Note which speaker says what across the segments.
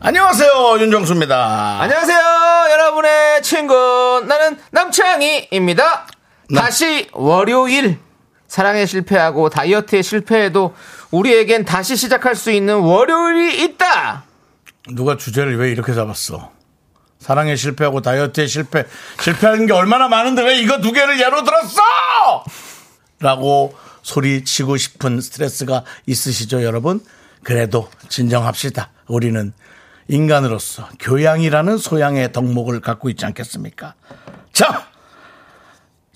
Speaker 1: 안녕하세요 윤정수입니다.
Speaker 2: 안녕하세요, 여러분의 친구. 나는 남창희입니다.
Speaker 1: 남-
Speaker 2: 다시 월요일. 사랑에 실패하고 다이어트에 실패해도 우리에겐 다시 시작할 수 있는 월요일이 있다.
Speaker 1: 누가 주제를 왜 이렇게 잡았어? 사랑에 실패하고 다이어트에 실패 실패하는 게 얼마나 많은데 왜 이거 두 개를 예로 들었어? 라고 소리치고 싶은 스트레스가 있으시죠 여러분? 그래도 진정합시다 우리는 인간으로서 교양이라는 소양의 덕목을 갖고 있지 않겠습니까? 자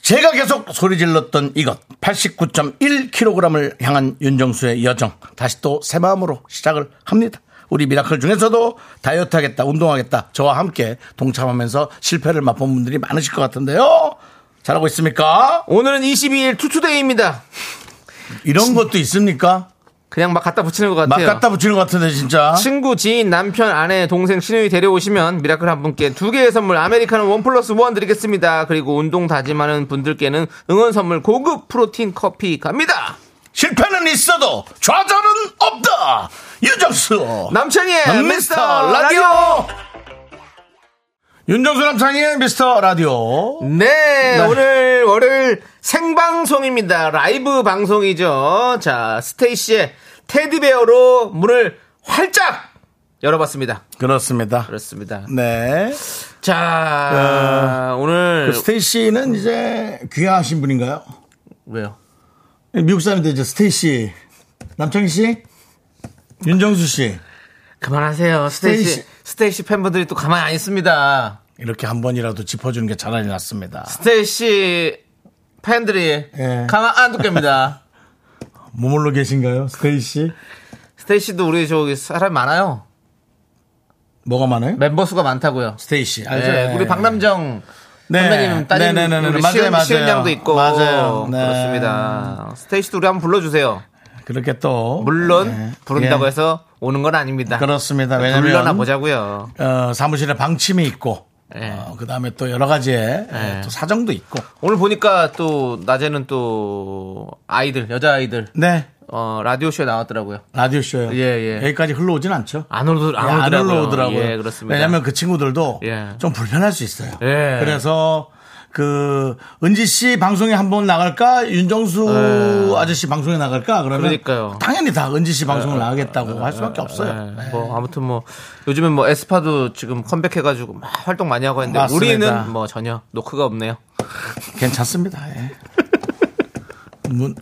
Speaker 1: 제가 계속 소리 질렀던 이것 89.1kg을 향한 윤정수의 여정 다시 또 새 마음으로 시작을 합니다. 우리 미라클 중에서도 다이어트 하겠다, 운동하겠다, 저와 함께 동참하면서 실패를 맛본 분들이 많으실 것 같은데요. 잘하고 있습니까?
Speaker 2: 오늘은 22일 투투데이입니다.
Speaker 1: 이런 것도 있습니까?
Speaker 2: 그냥 막 갖다 붙이는 것
Speaker 1: 막
Speaker 2: 같아요.
Speaker 1: 갖다 붙이는 것 같은데, 진짜.
Speaker 2: 친구, 지인, 남편, 아내, 동생, 시누이 데려오시면 미라클 한 분께 두 개의 선물 아메리카노 원 플러스 원 드리겠습니다. 그리고 운동 다짐하는 분들께는 응원 선물 고급 프로틴 커피 갑니다.
Speaker 1: 실패는 있어도 좌절은 없다! 윤정수! 음,
Speaker 2: 남창희의 네, 미스터 라디오.
Speaker 1: 윤정수 남창희의 미스터 라디오.
Speaker 2: 네, 오늘 월요일 생방송입니다. 라이브 방송이죠. 자, 스테이씨의 테디베어로 문을 활짝 열어봤습니다.
Speaker 1: 그렇습니다.
Speaker 2: 그렇습니다.
Speaker 1: 네.
Speaker 2: 자, 오늘
Speaker 1: 그 스테이씨는 이제 귀화하신 분인가요?
Speaker 2: 왜요?
Speaker 1: 미국 사람인데 이제 스테이씨, 남창희 씨, 윤정수 씨
Speaker 2: 그만하세요, 스테이씨.
Speaker 1: 스테이씨.
Speaker 2: 스테이씨 팬분들이 또 가만히 안 있습니다.
Speaker 1: 이렇게 한 번이라도 짚어주는 게 차라리 낫습니다.
Speaker 2: 스테이씨 팬들이
Speaker 1: 예.
Speaker 2: 가만 안 둘 겁니다.
Speaker 1: 머물러 계신가요, 스테이씨?
Speaker 2: 스테이씨도 우리 저기 사람 많아요.
Speaker 1: 뭐가 많아요?
Speaker 2: 멤버 수가 많다고요.
Speaker 1: 스테이씨, 알죠?
Speaker 2: 네, 우리 박남정
Speaker 1: 네.
Speaker 2: 선배님 따님
Speaker 1: 네, 네, 네, 네.
Speaker 2: 우리
Speaker 1: 맞아요,
Speaker 2: 시은,
Speaker 1: 맞아요.
Speaker 2: 시은양도 있고
Speaker 1: 맞아요. 네.
Speaker 2: 그렇습니다. 스테이씨도 우리 한번 불러주세요.
Speaker 1: 그렇게 또
Speaker 2: 물론
Speaker 1: 네.
Speaker 2: 부른다고
Speaker 1: 예.
Speaker 2: 해서 오는 건 아닙니다. 네,
Speaker 1: 그렇습니다. 왜냐면 음.
Speaker 2: 불러나 보자고요.
Speaker 1: 어, 사무실에 방침이 있고
Speaker 2: 예.
Speaker 1: 그 다음에 또 여러 가지의
Speaker 2: 예.
Speaker 1: 또 사정도 있고
Speaker 2: 오늘 보니까 또 낮에는 또 아이들 여자 아이들 어,
Speaker 1: 네
Speaker 2: 라디오 쇼에 나왔더라고요.
Speaker 1: 라디오 쇼요.
Speaker 2: 예, 예.
Speaker 1: 여기까지 흘러오진 않죠.
Speaker 2: 안 올라
Speaker 1: 예,
Speaker 2: 안
Speaker 1: 안
Speaker 2: 올라오더라고요.
Speaker 1: 올라오더라고요.
Speaker 2: 예, 그렇습니다.
Speaker 1: 왜냐하면 그 친구들도
Speaker 2: 예.
Speaker 1: 좀 불편할 수 있어요.
Speaker 2: 예.
Speaker 1: 그래서 그 은지 씨 방송에 한 번 나갈까, 윤정수 아저씨 방송에 나갈까 그러면
Speaker 2: 예. 그러니까요. 예.
Speaker 1: 당연히 다 은지 씨 방송을 나가겠다고 할 수밖에 없어요.
Speaker 2: 네,
Speaker 1: 예.
Speaker 2: 뭐 아무튼 뭐 요즘엔 뭐 에스파도 지금 컴백해가지고 막 활동 많이 하고 있는데
Speaker 1: 맞습니다.
Speaker 2: 우리는 뭐 전혀 노크가 없네요.
Speaker 1: 괜찮습니다. 예. 문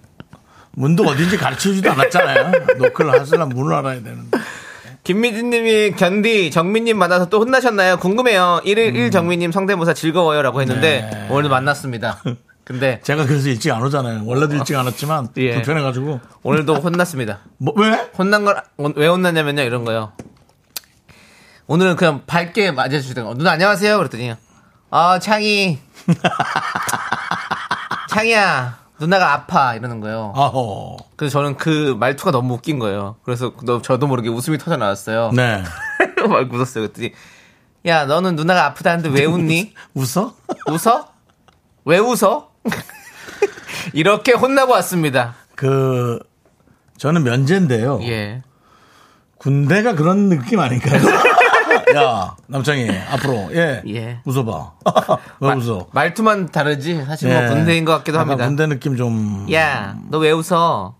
Speaker 1: 문도 어딘지 가르쳐주지도 않았잖아요. 노크를 하시려면 문을 알아야 되는데.
Speaker 2: 김미진님이 견디 정민님 만나서 또 혼나셨나요? 궁금해요. 1일 1 정민님 성대모사 즐거워요라고 했는데
Speaker 1: 음. 네.
Speaker 2: 오늘도 만났습니다. 근데
Speaker 1: 제가 그래서 일찍 안 오잖아요. 원래도 일찍 안 왔지만
Speaker 2: 예.
Speaker 1: 불편해가지고
Speaker 2: 오늘도 혼났습니다.
Speaker 1: 뭐 왜?
Speaker 2: 혼난 걸 왜 혼났냐면요 이런 거요. 오늘은 그냥 밝게 맞아주시던 누나 안녕하세요 그랬더니 아 창이 창이야 누나가 아파 이러는 거예요.
Speaker 1: 아호.
Speaker 2: 그래서 저는 그 말투가 너무 웃긴 거예요. 그래서 너- 저도 모르게 웃음이 터져 나왔어요.
Speaker 1: 네.
Speaker 2: 막 웃었어요. 그랬더니 야 너는 누나가 아프다는데 왜 웃니?
Speaker 1: 웃어?
Speaker 2: 웃어? 왜 웃어? 이렇게 혼나고 왔습니다.
Speaker 1: 그 저는 면제인데요.
Speaker 2: 예.
Speaker 1: 군대가 그런 느낌 아닐까요? 야 남창이 앞으로 예,
Speaker 2: 예.
Speaker 1: 웃어봐. 왜 웃어?
Speaker 2: 말투만 다르지 사실
Speaker 1: 예.
Speaker 2: 뭐 군대인 것 같기도
Speaker 1: 약간
Speaker 2: 합니다. 예.
Speaker 1: 군대 느낌 좀.
Speaker 2: 야, 너 왜 웃어?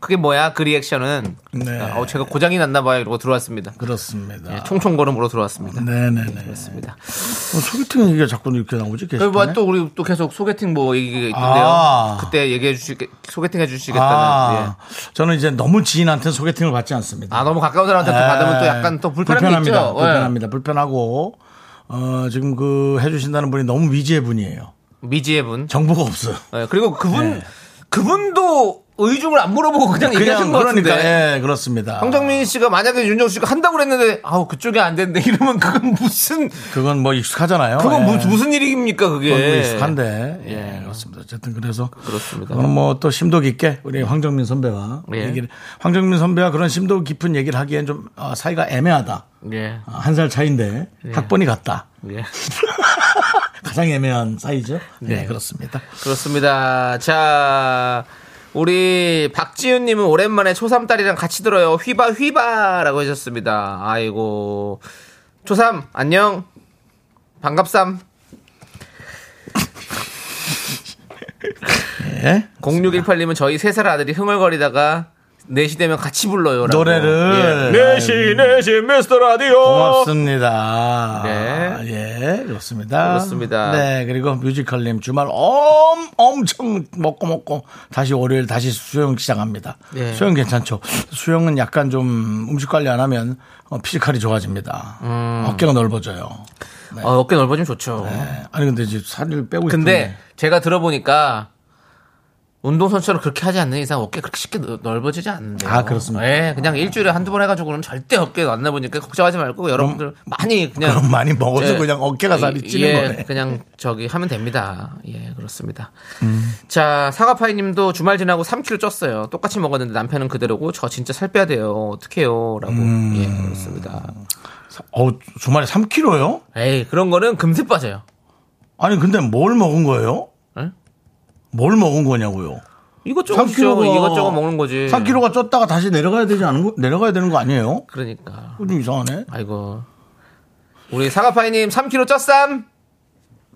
Speaker 2: 그게 뭐야? 그 리액션은.
Speaker 1: 네.
Speaker 2: 어, 제가 고장이 났나 봐요. 이러고 들어왔습니다.
Speaker 1: 그렇습니다.
Speaker 2: 예, 총총걸음으로 들어왔습니다.
Speaker 1: 네네네.
Speaker 2: 그렇습니다.
Speaker 1: 어, 소개팅 얘기가 자꾸 이렇게 나오지?
Speaker 2: 그리고
Speaker 1: 게시판에?
Speaker 2: 뭐또 우리 또 계속 소개팅 뭐 얘기가 있던데요.
Speaker 1: 아.
Speaker 2: 그때 얘기해 주시게 소개팅 해 주시겠다는.
Speaker 1: 아,
Speaker 2: 예.
Speaker 1: 저는 이제 너무 지인한테 는 소개팅을 받지 않습니다.
Speaker 2: 아, 너무 가까운 사람한테 또
Speaker 1: 예.
Speaker 2: 받으면 또 약간 또 불편한 게
Speaker 1: 불편합니다.
Speaker 2: 있죠. 예.
Speaker 1: 불편합니다. 불편하고 어, 지금 그 해주신다는 분이 너무 미지의 분이에요.
Speaker 2: 미지의 분.
Speaker 1: 정보가 없어요.
Speaker 2: 예, 그리고 그분 그분도 의중을 안 물어보고 그냥,
Speaker 1: 네. 그냥
Speaker 2: 얘기하신 것 같은데.
Speaker 1: 그러니까 예 그렇습니다.
Speaker 2: 황정민 씨가 만약에 윤정수 씨가 한다고 그랬는데 아우 그쪽이 안 된대 이러면 그건 무슨
Speaker 1: 그건 뭐 익숙하잖아요.
Speaker 2: 그건
Speaker 1: 예.
Speaker 2: 무- 무슨 일입니까 그게?
Speaker 1: 그건 뭐 익숙한데 예 그렇습니다. 어쨌든 그래서
Speaker 2: 그렇습니다.
Speaker 1: 그건 뭐또 심도 깊게 우리 황정민 선배와
Speaker 2: 예.
Speaker 1: 얘기를 황정민 선배와 그런 심도 깊은 얘기를 하기엔 좀 어, 사이가 애매하다. 어,
Speaker 2: 예.
Speaker 1: 한 살 차인데 학번이 같다.
Speaker 2: 예.
Speaker 1: 가장 애매한 사이죠. 네, 그렇습니다.
Speaker 2: 그렇습니다. 자, 우리 박지윤님은 오랜만에 초삼 딸이랑 같이 들어요. 휘바 휘바라고 해줬습니다. 아이고 초삼 안녕 반갑삼.
Speaker 1: 예?
Speaker 2: 0618님은 저희 세 살 아들이 흥얼거리다가 4시 되면 같이 불러요. 라고. 예.
Speaker 1: 노래를
Speaker 3: 네, 내시 내시 미스터 라디오
Speaker 1: 고맙습니다.
Speaker 2: 네.
Speaker 1: 예, 그렇습니다.
Speaker 2: 그렇습니다.
Speaker 1: 네, 그리고 뮤지컬님 주말 엄, 엄청 먹고 먹고 다시 월요일 다시 수영 시작합니다.
Speaker 2: 네.
Speaker 1: 수영 괜찮죠? 수영은 약간 좀 음식 관리 안 하면 어, 피지컬이 좋아집니다.
Speaker 2: 음.
Speaker 1: 어깨가 넓어져요.
Speaker 2: 어, 어깨 넓어지면 좋죠.
Speaker 1: 네. 아니, 근데 이제 살을 빼고
Speaker 2: 근데
Speaker 1: 있던데.
Speaker 2: 제가 들어보니까 운동선수처럼 그렇게 하지 않는 이상 어깨 그렇게 쉽게 넓- 넓어지지 않는데요.
Speaker 1: 아, 그렇습니까?
Speaker 2: 예, 그냥 일주일에 한두 번 해가지고는 절대 어깨가 안 나보니까 걱정하지 말고 여러분들 많이 그냥
Speaker 1: 그럼 많이 먹어서
Speaker 2: 예,
Speaker 1: 그냥 어깨가 살이
Speaker 2: 예,
Speaker 1: 찌는
Speaker 2: 예,
Speaker 1: 거네.
Speaker 2: 그냥 저기 하면 됩니다. 예, 그렇습니다.
Speaker 1: 음.
Speaker 2: 자, 사과파이님도 주말 지나고 3kg 쪘어요. 똑같이 먹었는데 남편은 그대로고 저 진짜 살 빼야 돼요. 어떡해요?라고
Speaker 1: 음.
Speaker 2: 예, 그렇습니다.
Speaker 1: 어우, 주말에 3kg요?
Speaker 2: 에이, 그런 거는 금세 빠져요.
Speaker 1: 아니, 근데 뭘 먹은 거예요?
Speaker 2: 응?
Speaker 1: 뭘 먹은 거냐고요?
Speaker 2: 이것저것 주죠.
Speaker 1: 3kg 가-
Speaker 2: 이것저것 먹는 거지.
Speaker 1: 3kg가 쪘다가 다시 내려가야 되지 않은 거, 내려가야 되는 거 아니에요?
Speaker 2: 그러니까.
Speaker 1: 그거 좀 이상하네.
Speaker 2: 아이고. 우리 사과파이님 3kg 쪘쌈.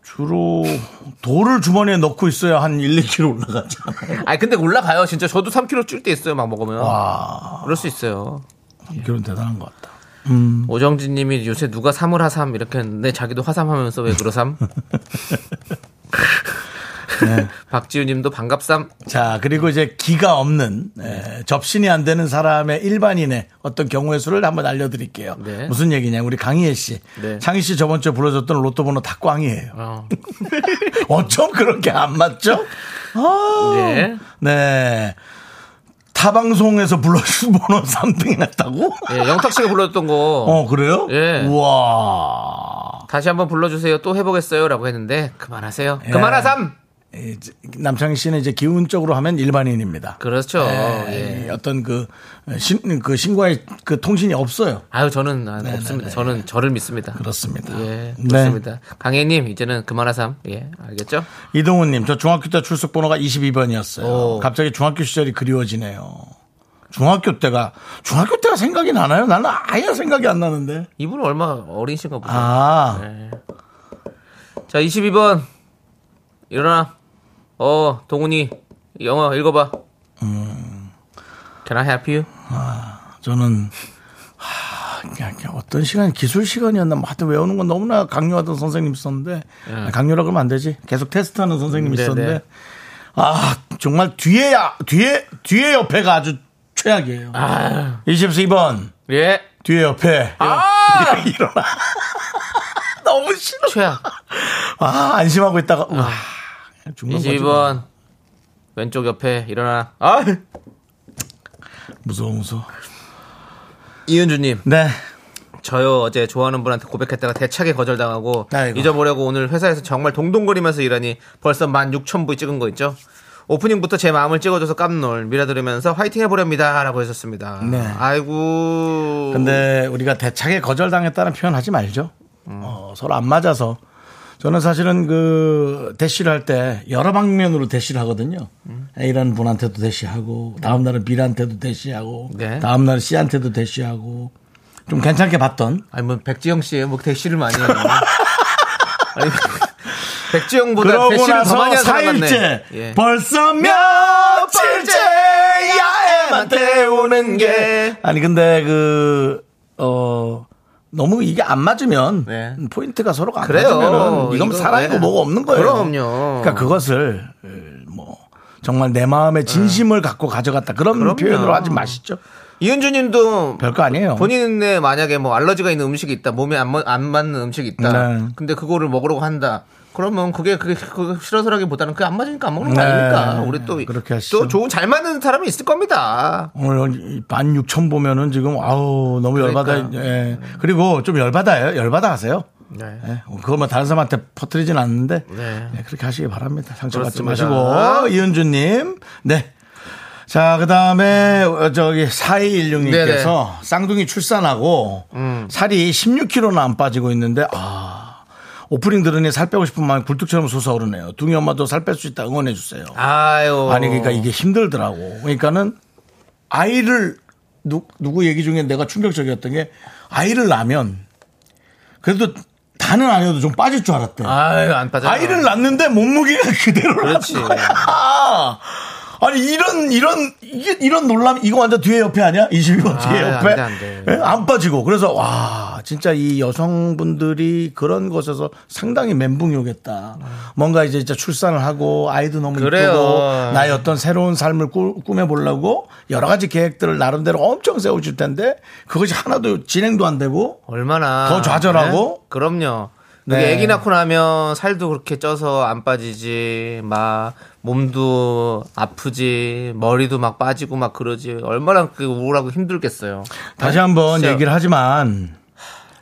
Speaker 1: 주로 돌을 주머니에 넣고 있어야 한 1, 2kg 올라가잖아요.
Speaker 2: 아니 근데 올라가요. 진짜 저도 3kg 찔 때 있어요. 막 먹으면.
Speaker 1: 와,
Speaker 2: 그럴 수 있어요.
Speaker 1: 예. 그런 대단한 것 같다.
Speaker 2: 오정진 님이 요새 누가 삼을 하삼 이렇게 했는데 자기도 화삼 하면서 왜 그러삼?
Speaker 1: 네.
Speaker 2: 박지우 님도 반갑삼.
Speaker 1: 자, 그리고 이제 기가 없는 에, 접신이 안 되는 사람의 일반인의 어떤 경우의 수를 한번 알려드릴게요.
Speaker 2: 네.
Speaker 1: 무슨 얘기냐? 우리 강희애 씨,
Speaker 2: 네.
Speaker 1: 창희 씨 저번 주에 불러줬던 로또 번호 다 꽝이에요.
Speaker 2: 어.
Speaker 1: 어쩜 그렇게 안 맞죠? 아,
Speaker 2: 네.
Speaker 1: 네. 타방송에서 불러준 번호 3등이 났다고?
Speaker 2: 예, 영탁 씨가 불렀던 거
Speaker 1: 어, 그래요?
Speaker 2: 예.
Speaker 1: 우와.
Speaker 2: 다시 한번 불러 주세요. 또 해보겠어요라고 했는데 그만하세요.
Speaker 1: 예.
Speaker 2: 그만하삼.
Speaker 1: 이제 남창희 씨는 이제 기운적으로 하면 일반인입니다.
Speaker 2: 그렇죠. 예.
Speaker 1: 이 어떤 그, 신, 그 신고의 그 통신이 없어요.
Speaker 2: 아유 저는 아, 없습니다. 저는 저를 믿습니다.
Speaker 1: 네, 그렇습니다.
Speaker 2: 예,
Speaker 1: 네.
Speaker 2: 그렇습니다. 강혜님 이제는 그만하삼. 예, 알겠죠?
Speaker 1: 네. 이동훈님, 저 중학교 때 출석 번호가 22번이었어요.
Speaker 2: 오.
Speaker 1: 갑자기 중학교 시절이 그리워지네요. 중학교 때가, 중학교 때가 생각이 나나요? 나는 아예 생각이 안 나는데.
Speaker 2: 이분은 얼마 어리신가 보다.
Speaker 1: 아,
Speaker 2: 자, 22번 일어나. 어, 동훈이 영어 읽어봐. Can I help you?
Speaker 1: 저는, 하, 그냥, 그냥 어떤 시간, 기술 시간이었나, 뭐 하여튼 외우는 건 너무나 강요하던 선생님 있었는데, 아, 강요라 그러면 안 되지. 계속 테스트하는 선생님
Speaker 2: 예. 네,
Speaker 1: 있었는데,
Speaker 2: 네.
Speaker 1: 아, 정말 뒤에, 야- 뒤에, 뒤에 옆에가 아주 최악이에요. 22번,
Speaker 2: 아, 예.
Speaker 1: 뒤에 옆에.
Speaker 2: 아,
Speaker 1: 일어나. 너무 싫어.
Speaker 2: 최악.
Speaker 1: 아, 안심하고 있다가, 와. 죽는 거지.
Speaker 2: 22번 왼쪽 옆에 일어나. 아,
Speaker 1: 무서워, 무서워.
Speaker 2: 이은주님,
Speaker 1: 네.
Speaker 2: 저요 어제 좋아하는 분한테 고백했다가 대차게 거절당하고
Speaker 1: 아이고.
Speaker 2: 잊어보려고 오늘 회사에서 정말 동동거리면서 일하니 벌써 16,000부 찍은 거 있죠? 오프닝부터 제 마음을 찍어줘서 깜놀 미라 들으면서 화이팅 해보렵니다 라고 해줬습니다
Speaker 1: 네.
Speaker 2: 아이고
Speaker 1: 근데 우리가 대차게 거절당했다는 표현 하지 말죠. 어, 서로 안 맞아서. 저는 사실은 그 대시를 할 때 여러 방면으로 대시를 하거든요. A라는 분한테도 대시하고 다음 날은 B한테도 대시하고
Speaker 2: 네.
Speaker 1: 다음 날은 C한테도 대시하고 좀 괜찮게 봤던
Speaker 2: 아니 뭐 백지영 씨의 뭐 대시를 많이 하네 아니, 백지영보다
Speaker 1: 그러고
Speaker 2: 대시를 더 많이
Speaker 1: 나서
Speaker 2: 하는 사람 같네
Speaker 1: 4일째
Speaker 2: 예.
Speaker 1: 벌써 며칠째야 애한테 오는
Speaker 2: 예.
Speaker 1: 게 아니 근데 그, 그어 너무 이게 안 맞으면
Speaker 2: 네.
Speaker 1: 포인트가 서로가 안
Speaker 2: 그래요.
Speaker 1: 맞으면 이건
Speaker 2: 이거,
Speaker 1: 사랑이고
Speaker 2: 네.
Speaker 1: 뭐가 없는 거예요.
Speaker 2: 그럼요.
Speaker 1: 그러니까 그것을 에, 뭐 정말 내 마음의 진심을 갖고 가져갔다 그런
Speaker 2: 네. 그럼요.
Speaker 1: 표현으로 하지 마시죠.
Speaker 2: 이은주 님도
Speaker 1: 별거 아니에요.
Speaker 2: 본인의 만약에 뭐 알러지가 있는 음식이 있다, 몸에 안, 맞- 안 맞는 음식이 있다.
Speaker 1: 네.
Speaker 2: 근데 그거를 먹으려고 한다. 그러면 그게 그게 그 싫어서라기보다는 그게 안 맞으니까 안 먹는 거
Speaker 1: 네,
Speaker 2: 아닙니까? 우리 또
Speaker 1: 그렇게 하시죠.
Speaker 2: 또 좋은 잘 맞는 사람이 있을 겁니다.
Speaker 1: 오늘 만 육천 보면은 지금 아우 너무 열받아.
Speaker 2: 그러니까요.
Speaker 1: 예. 그리고 좀 열받아요. 열받아 하세요.
Speaker 2: 네.
Speaker 1: 예. 그것만 다른 사람한테 퍼뜨리진 않는데
Speaker 2: 네.
Speaker 1: 예, 그렇게 하시기 바랍니다. 상처받지
Speaker 2: 그렇습니다.
Speaker 1: 마시고 이은주님 네. 자, 그 다음에, 저기, 4216님께서 쌍둥이 출산하고
Speaker 2: 음.
Speaker 1: 살이 16kg나 안 빠지고 있는데, 아, 오프닝 들으니 살 빼고 싶은 마음이 굴뚝처럼 솟아오르네요. 둥이 엄마도 살 뺄 수 있다 응원해주세요.
Speaker 2: 아유.
Speaker 1: 아니 그러니까 이게 힘들더라고. 그러니까는 아이를 누, 누구 얘기 중에 내가 충격적이었던 게 아이를 낳으면 그래도 다는 아니어도 좀 빠질 줄 알았대.
Speaker 2: 아유 안 빠져.
Speaker 1: 아이를 낳는데 몸무게가 그대로라는
Speaker 2: 그렇지.
Speaker 1: 거야. 아니 이런 이런 이게 이런 논란 이거 완전 뒤에 옆에 아니야? 22번 뒤에
Speaker 2: 아,
Speaker 1: 옆에
Speaker 2: 안 돼, 안 돼.
Speaker 1: 예? 안 빠지고 그래서 와 진짜 이 여성분들이 그런 것에서 상당히 멘붕이 오겠다. 뭔가 이제 진짜 출산을 하고 아이도 너무
Speaker 2: 그래요.
Speaker 1: 이쁘고 나의 어떤 새로운 삶을 꾸, 꾸며보려고 여러 가지 계획들을 나름대로 엄청 세우실 텐데 그것이 하나도 진행도 안 되고
Speaker 2: 얼마나
Speaker 1: 더 좌절하고?
Speaker 2: 네? 그럼요.
Speaker 1: 네.
Speaker 2: 그게 아기 낳고 나면 살도 그렇게 쪄서 안 빠지지, 막 몸도 아프지, 머리도 막 빠지고 막 그러지. 얼마나 그 우울하고 힘들겠어요.
Speaker 1: 다시 한번
Speaker 2: 진짜.
Speaker 1: 얘기를 하지만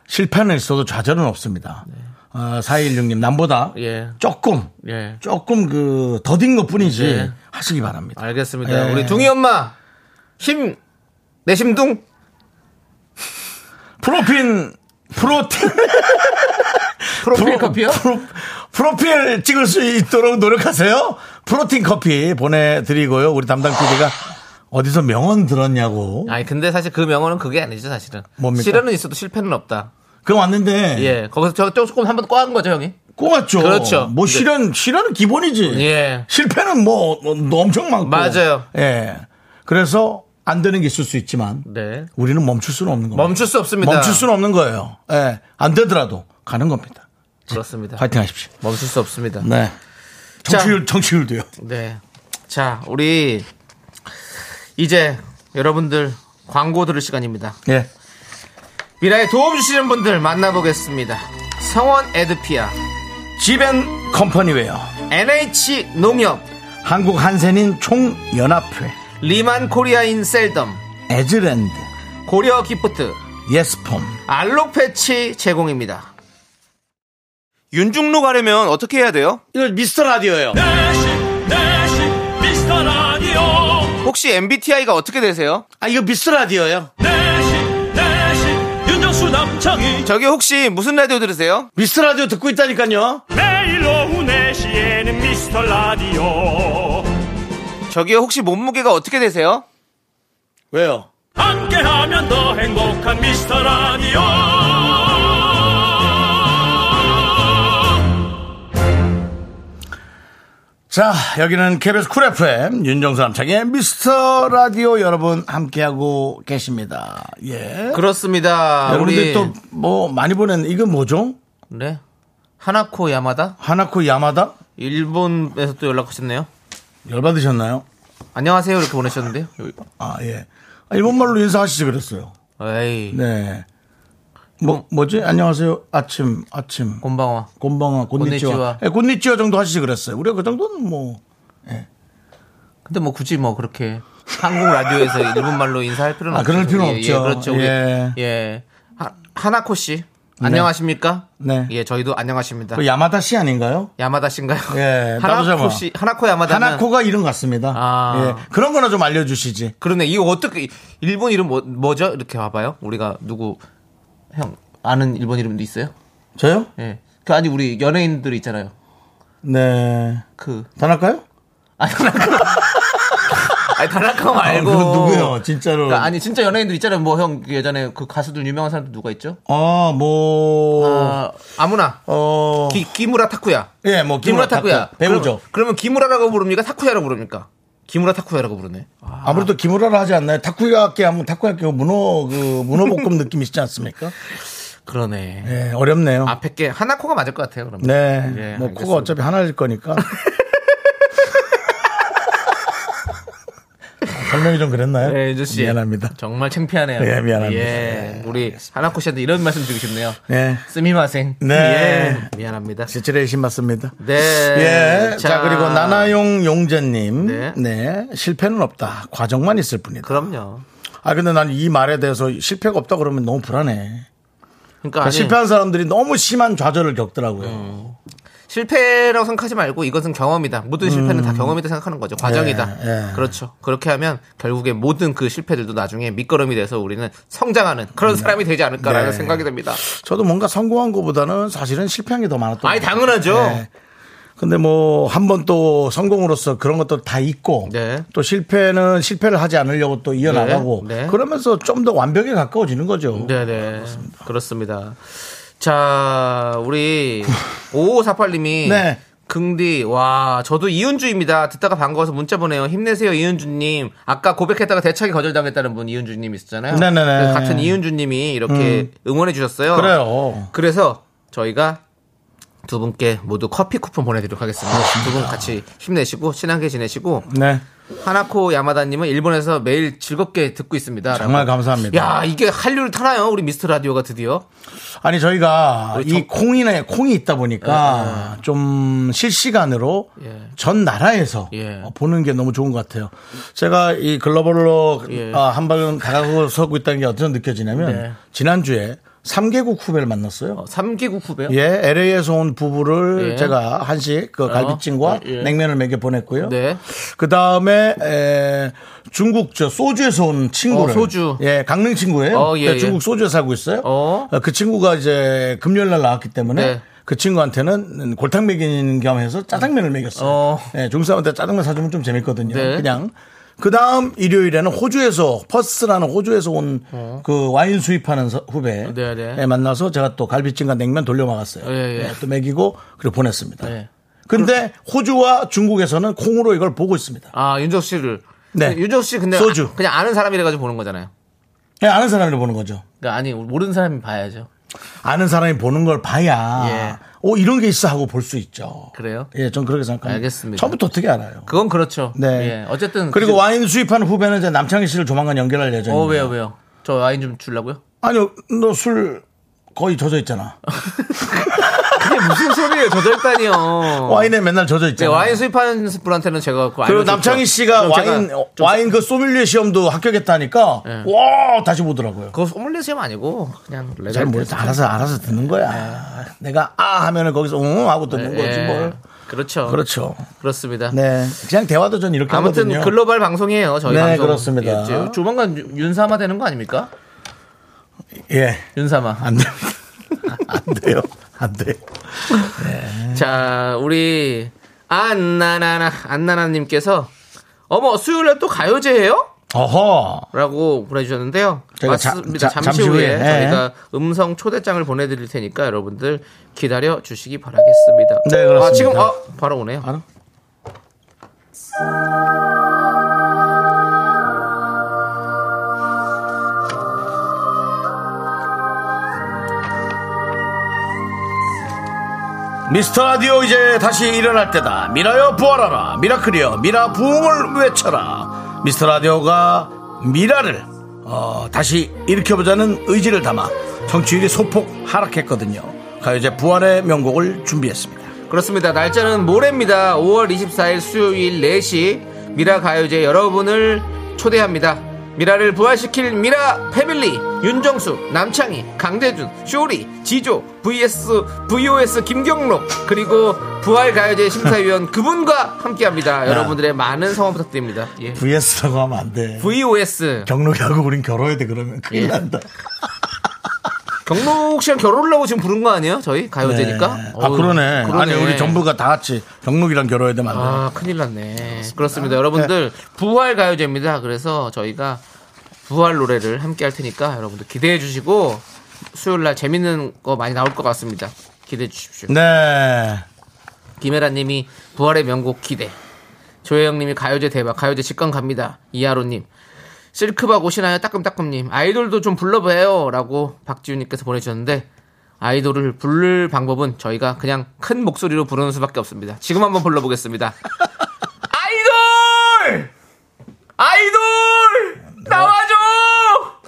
Speaker 1: 실패는 있어도 좌절은 없습니다. 어, 416님 남보다
Speaker 2: 예.
Speaker 1: 조금
Speaker 2: 예.
Speaker 1: 조금 그 더딘 것뿐이지
Speaker 2: 네.
Speaker 1: 하시기 바랍니다.
Speaker 2: 알겠습니다.
Speaker 1: 예.
Speaker 2: 우리 둥이 엄마 힘 내심둥
Speaker 1: 프로핀 프로틴
Speaker 2: 프로필 커피요?
Speaker 1: 프로, 필 찍을 수 있도록 노력하세요. 프로틴 커피 보내드리고요. 우리 담당 PD가 어디서 명언 들었냐고.
Speaker 2: 아니 근데 사실 그 명언은 그게 아니죠 사실은.
Speaker 1: 뭡니까?
Speaker 2: 실현은 있어도 실패는 없다.
Speaker 1: 그 왔는데
Speaker 2: 예. 거기서 저 조금 한번 꼬한 거죠 형이?
Speaker 1: 꼬았죠.
Speaker 2: 그렇죠.
Speaker 1: 뭐 실현 실현은 기본이지.
Speaker 2: 예.
Speaker 1: 실패는 뭐, 뭐 엄청 많고.
Speaker 2: 맞아요.
Speaker 1: 예. 그래서 안 되는 게 있을 수 있지만
Speaker 2: 네.
Speaker 1: 우리는 멈출 수는 없는 겁니다.
Speaker 2: 멈출 수 없습니다.
Speaker 1: 멈출 수는 없는 거예요. 예. 안 되더라도 가는 겁니다.
Speaker 2: 그렇습니다.
Speaker 1: 파이팅 하십시오.
Speaker 2: 멈출 수 없습니다.
Speaker 1: 네. 정치율 정치율도요.
Speaker 2: 네. 자, 우리 이제 여러분들 광고 들을 시간입니다.
Speaker 1: 예.
Speaker 2: 미라에 도움 주시는 분들 만나보겠습니다. 성원 에드피아,
Speaker 1: 지벤 컴퍼니웨어
Speaker 2: NH 농협,
Speaker 1: 한국 한센인 총연합회
Speaker 2: 리만 코리아인 셀덤,
Speaker 1: 에즈랜드
Speaker 2: 고려 기프트,
Speaker 1: 예스폼
Speaker 2: 알록 패치 제공입니다.
Speaker 4: 윤중로 가려면 어떻게 해야 돼요?
Speaker 1: 이거 미스터 라디오예요.
Speaker 3: 네
Speaker 5: 내시 내시 미스터 라디오
Speaker 4: 혹시 MBTI가 어떻게 되세요?
Speaker 1: 아 이거 미스터 라디오예요.
Speaker 3: 네
Speaker 5: 내시 내시 윤정수 남창희
Speaker 4: 저기 혹시 무슨 라디오 들으세요?
Speaker 1: 미스터 라디오 듣고 있다니까요.
Speaker 3: 매일 오후 4시에는 미스터 라디오
Speaker 4: 저기 혹시 몸무게가 어떻게 되세요?
Speaker 1: 왜요?
Speaker 5: 함께하면 더 행복한 미스터 라디오
Speaker 1: 자, 여기는 KBS 쿨 FM 윤정수 남창의 미스터 라디오 여러분 함께하고 계십니다. 예.
Speaker 2: 그렇습니다.
Speaker 1: 여러분들
Speaker 2: 아, 우리
Speaker 1: 또 뭐 많이 보낸 이건 뭐죠?
Speaker 2: 네. 하나코 야마다
Speaker 1: 하나코 야마다
Speaker 2: 일본에서 또 연락 오셨네요.
Speaker 1: 열받으셨나요?
Speaker 2: 안녕하세요 이렇게 보내셨는데요.
Speaker 1: 아 예. 아, 일본말로 인사하시지 그랬어요.
Speaker 2: 에이,
Speaker 1: 네. 뭐 뭐지? 안녕하세요. 아침 아침.
Speaker 2: 곤방와.
Speaker 1: 곤방아 곤니치와.
Speaker 2: 곤니치와.
Speaker 1: 예, 곤니치와 정도 하시지 그랬어요. 우리가 그 정도는 뭐
Speaker 2: 근데 뭐 굳이 뭐 그렇게 한국 라디오에서 일본말로 인사할 필요는
Speaker 1: 아,
Speaker 2: 없죠.
Speaker 1: 그럴 필요는
Speaker 2: 예,
Speaker 1: 없죠.
Speaker 2: 예, 그렇죠. 우리,
Speaker 1: 예.
Speaker 2: 예. 하, 하나코 씨 안녕하십니까?
Speaker 1: 네.
Speaker 2: 예, 저희도 안녕하십니다.
Speaker 1: 그 야마다 씨 아닌가요?
Speaker 2: 야마다 씨인가요?
Speaker 1: 예, 따로잡아.
Speaker 2: 하나코 씨, 하나코 야마다. 하나코.
Speaker 1: 하나코가 이름 같습니다.
Speaker 2: 아.
Speaker 1: 예. 그런 거나 좀 알려 주시지.
Speaker 2: 그러네. 이거 어떻게 일본 이름 뭐, 뭐죠? 이렇게 와봐요. 우리가 누구 형 아는 일본 이름도 있어요?
Speaker 1: 저요?
Speaker 2: 예. 그 아니 우리 연예인들 있잖아요.
Speaker 1: 네.
Speaker 2: 그
Speaker 1: 다 날까요?
Speaker 2: 아니 다나카 아니 다나카 말고
Speaker 1: 그건 누구예요, 진짜로?
Speaker 2: 그러니까 아니 진짜 연예인들 있잖아요 뭐 형 예전에 그 가수들 유명한 사람들 누가 있죠
Speaker 1: 아, 뭐,
Speaker 2: 아, 아무나
Speaker 1: 어,
Speaker 2: 기, 기무라 타쿠야
Speaker 1: 예, 뭐, 김우라
Speaker 2: 기무라 타쿠야
Speaker 1: 타쿠. 배우죠.
Speaker 2: 그러면, 그러면 기무라라고 부릅니까 타쿠야라고 부릅니까 기무라 타쿠야라고 부르네
Speaker 1: 아무래도 김우라를 하지 않나요? 타쿠야께 하면 타쿠야께 문어, 그, 문어볶음 느낌 있지 않습니까?
Speaker 2: 그러네
Speaker 1: 예, 어렵네요.
Speaker 2: 앞에 게 하나코가 맞을 것 같아요 그러면
Speaker 1: 네.
Speaker 2: 아, 예,
Speaker 1: 뭐, 코가
Speaker 2: 알겠습니다.
Speaker 1: 어차피 하나일 거니까. 아, 설명이 좀 그랬나요?
Speaker 2: 네, 유주 씨.
Speaker 1: 미안합니다.
Speaker 2: 정말 창피하네요.
Speaker 1: 예, 미안합니다.
Speaker 2: 예,
Speaker 1: 예,
Speaker 2: 우리 하나코 씨한테 이런 말씀 드리고 싶네요.
Speaker 1: 예.
Speaker 2: 스미마생.
Speaker 1: 네.
Speaker 2: 예, 미안합니다.
Speaker 1: 지칠의신 맞습니다.
Speaker 2: 네.
Speaker 1: 예. 자, 그리고 나나용 용재님.
Speaker 2: 네.
Speaker 1: 네. 실패는 없다. 과정만 있을 뿐이다.
Speaker 2: 그럼요.
Speaker 1: 아, 근데 난 이 말에 대해서 실패가 없다 그러면 너무 불안해.
Speaker 2: 그러니까 아니,
Speaker 1: 실패한 사람들이 너무 심한 좌절을 겪더라고요.
Speaker 2: 음. 실패라고 생각하지 말고 이것은 경험이다. 모든 실패는 다 경험이다 생각하는 거죠. 과정이다.
Speaker 1: 음. 예, 예.
Speaker 2: 그렇죠. 그렇게 하면 결국에 모든 그 실패들도 나중에 밑거름이 돼서 우리는 성장하는 그런 사람이 되지 않을까라는
Speaker 1: 음. 네.
Speaker 2: 생각이 듭니다.
Speaker 1: 저도 뭔가 성공한 것보다는 사실은 실패한 게 더 많았던
Speaker 2: 아니
Speaker 1: 것 같아요.
Speaker 2: 당연하죠.
Speaker 1: 네. 근데 뭐 한 번 또 성공으로서 그런 것도 다 있고
Speaker 2: 네.
Speaker 1: 또 실패는 실패를 하지 않으려고 또 이어나가고
Speaker 2: 네, 네.
Speaker 1: 그러면서 좀 더 완벽에 가까워지는 거죠.
Speaker 2: 네네. 아, 그렇습니다. 자, 우리 5548님이
Speaker 1: 네.
Speaker 2: 긍디 와 저도 이은주입니다 듣다가 반가워서 문자 보내요 힘내세요 이은주님 아까 고백했다가 대차게 거절당했다는 분 이은주님 있었잖아요
Speaker 1: 네네네.
Speaker 2: 그래서 같은 이은주님이 이렇게 응원해 주셨어요
Speaker 1: 그래요.
Speaker 2: 그래서 저희가 두 분께 모두 커피 쿠폰 보내드리도록 하겠습니다 두 분 같이 힘내시고 친하게 지내시고
Speaker 1: 네.
Speaker 2: 하나코 야마다님은 일본에서 매일 즐겁게 듣고 있습니다
Speaker 1: 정말 감사합니다.
Speaker 2: 야 이게 한류를 타나요 우리 미스터 라디오가 드디어
Speaker 1: 아니 저희가
Speaker 2: 우리
Speaker 1: 이 콩이네 콩이 있다 보니까 좀 실시간으로
Speaker 2: 예.
Speaker 1: 전 나라에서
Speaker 2: 예.
Speaker 1: 어, 보는 게 너무 좋은 것 같아요. 제가 이 글로벌로
Speaker 2: 예.
Speaker 1: 아, 한발 다가서고 있다는 게 어떻게 느껴지냐면
Speaker 2: 네.
Speaker 1: 지난주에 3개국 후배를 만났어요.
Speaker 2: 3개국 후배요
Speaker 1: 예, LA에서 온 부부를
Speaker 2: 예.
Speaker 1: 제가 한식 그 갈비찜과
Speaker 2: 어, 예.
Speaker 1: 냉면을 먹여 보냈고요.
Speaker 2: 네.
Speaker 1: 그 다음에 중국 저 소주에서 온 친구를
Speaker 2: 어, 소주.
Speaker 1: 예, 강릉 친구예요.
Speaker 2: 어, 예,
Speaker 1: 네,
Speaker 2: 예.
Speaker 1: 중국 소주에 살고 있어요.
Speaker 2: 어.
Speaker 1: 그 친구가 이제 금요일 날 나왔기 때문에
Speaker 2: 네.
Speaker 1: 그 친구한테는 골탕 먹이는 겸 해서 짜장면을 먹였어요.
Speaker 2: 어.
Speaker 1: 예, 중국 사람한테 짜장면 사주면 좀 재밌거든요.
Speaker 2: 네.
Speaker 1: 그냥. 그 다음 일요일에는 호주에서 퍼스라는 호주에서 온 그 와인 수입하는 서- 후배
Speaker 2: 어. 네, 네.
Speaker 1: 예, 만나서 제가 또 갈비찜과 냉면 돌려 먹었어요.
Speaker 2: 예, 예.
Speaker 1: 예, 또 먹이고 그리고 보냈습니다.
Speaker 2: 예.
Speaker 1: 근데 호주와 중국에서는 콩으로 이걸 보고 있습니다.
Speaker 2: 아 윤정 씨를
Speaker 1: 네.
Speaker 2: 윤정 씨 근데
Speaker 1: 소주.
Speaker 2: 그냥 아는 사람이라 가지고 보는 거잖아요
Speaker 1: 예, 아는 사람을 보는 거죠.
Speaker 2: 그러니까 아니 모르는 사람이 봐야죠
Speaker 1: 아는 사람이 보는 걸 봐야
Speaker 2: 예.
Speaker 1: 오 이런 게 있어 하고 볼 수 있죠.
Speaker 2: 그래요?
Speaker 1: 예, 전 그렇게 생각합니다.
Speaker 2: 알겠습니다.
Speaker 1: 처음부터 어떻게 알아요?
Speaker 2: 그건 그렇죠
Speaker 1: 네.
Speaker 2: 예. 어쨌든
Speaker 1: 그리고
Speaker 2: 그-
Speaker 1: 와인 수입하는 후배는 이제 남창희 씨를 조만간 연결할 예정입니다.
Speaker 2: 어 왜요 왜요 저 와인 좀 주려고요
Speaker 1: 아니요, 너 술 거의 젖어 있잖아.
Speaker 2: 그게 무슨 소리예요 저절단이요
Speaker 1: 와인에 맨날 젖어
Speaker 2: 네,
Speaker 1: 있잖아.
Speaker 2: 와인 수입하는 분한테는 제가 그거
Speaker 1: 그리고
Speaker 2: 알려줬죠.
Speaker 1: 남창희 씨가
Speaker 2: 그럼 제가
Speaker 1: 와인
Speaker 2: 좀 네.
Speaker 1: 와인 그 소믈리에 시험도 합격했다니까 와 다시 보더라고요.
Speaker 2: 그거 소믈리에 시험 아니고 네, 그냥 레벨
Speaker 1: 잘 모르겠어. 알아서 알아서 듣는 거야. 내가 아 하면은 거기서 응 하고 듣는
Speaker 2: 네,
Speaker 1: 거지
Speaker 2: 예.
Speaker 1: 뭘.
Speaker 2: 그렇죠. 그렇
Speaker 1: 그렇죠.
Speaker 2: 습니다
Speaker 1: 네. 그냥 대화도 전 이렇게
Speaker 2: 아무튼
Speaker 1: 하거든요.
Speaker 2: 글로벌 방송이에요. 저희
Speaker 1: 네,
Speaker 2: 방송.
Speaker 1: 그렇습니다.
Speaker 2: 예, 저- 조만간 유- 윤사마 되는 거 아닙니까?
Speaker 1: 예.
Speaker 2: 윤사마.
Speaker 1: 안 돼요. 안 돼요. 안 돼요.
Speaker 2: 자, 우리 안나나나 안나나님께서 어머 수요일날 또 가요제예요?
Speaker 1: 어허.
Speaker 2: 라고 보내주셨는데요.
Speaker 1: 저희가 자-
Speaker 2: 맞습니다.
Speaker 1: 자-
Speaker 2: 잠시,
Speaker 1: 잠시
Speaker 2: 후에
Speaker 1: 후에, 예.
Speaker 2: 저희가 음성 초대장을 보내드릴 테니까 여러분들 기다려 주시기 바라겠습니다.
Speaker 1: 네, 그렇습니다. 아,
Speaker 2: 아, 지금 어, 바로 오네요.
Speaker 1: 바로? 미스터 라디오 이제 다시 일어날 때다. 미라여 부활하라. 미라클이여 미라 부흥을 외쳐라. 미스터 라디오가 미라를 어, 다시 일으켜보자는 의지를 담아 정치율이 소폭 하락했거든요. 가요제 부활의 명곡을 준비했습니다.
Speaker 2: 그렇습니다. 날짜는 모레입니다. 5월 24일 수요일 4시 미라 가요제 여러분을 초대합니다. 미라를 부활시킬 미라 패밀리 윤정수, 남창희, 강재준, 쇼리, 지조, vs VOS 김경록 그리고 부활 가요제 심사위원 그분과
Speaker 1: 네.
Speaker 2: 함께합니다. 여러분들의 많은 성원 부탁드립니다. 예.
Speaker 1: VS라고 하면 안 돼.
Speaker 2: VOS
Speaker 1: 경록이하고 우린 결혼해야 돼 그러면 큰일
Speaker 2: 예.
Speaker 1: 난다.
Speaker 2: 경록 씨랑 결혼하려고 지금 부른 거 아니에요? 저희 가요제니까.
Speaker 1: 네.
Speaker 2: 어우,
Speaker 1: 아니 우리 전부가 다 같이 경록이랑 결혼해야 되면 안 돼.
Speaker 2: 아, 큰일 났네. 그렇습니다. 네. 여러분들, 부활 가요제입니다. 그래서 저희가 부활 노래를 함께 할 테니까 여러분들 기대해 주시고 수요일 날 재밌는 거 많이 나올 것 같습니다. 기대해 주십시오.
Speaker 1: 네.
Speaker 2: 김혜라 님이 부활의 명곡 기대. 조혜영 님이 가요제 대박. 가요제 직관 갑니다. 이하로 님. 실크박 오시나요? 따끔따끔 님. 아이돌도 좀 불러봐요. 라고 박지훈 님께서 보내주셨는데 아이돌을 부를 방법은 저희가 그냥 큰 목소리로 부르는 수밖에 없습니다. 지금 한번 불러보겠습니다. 아이돌! 아이돌!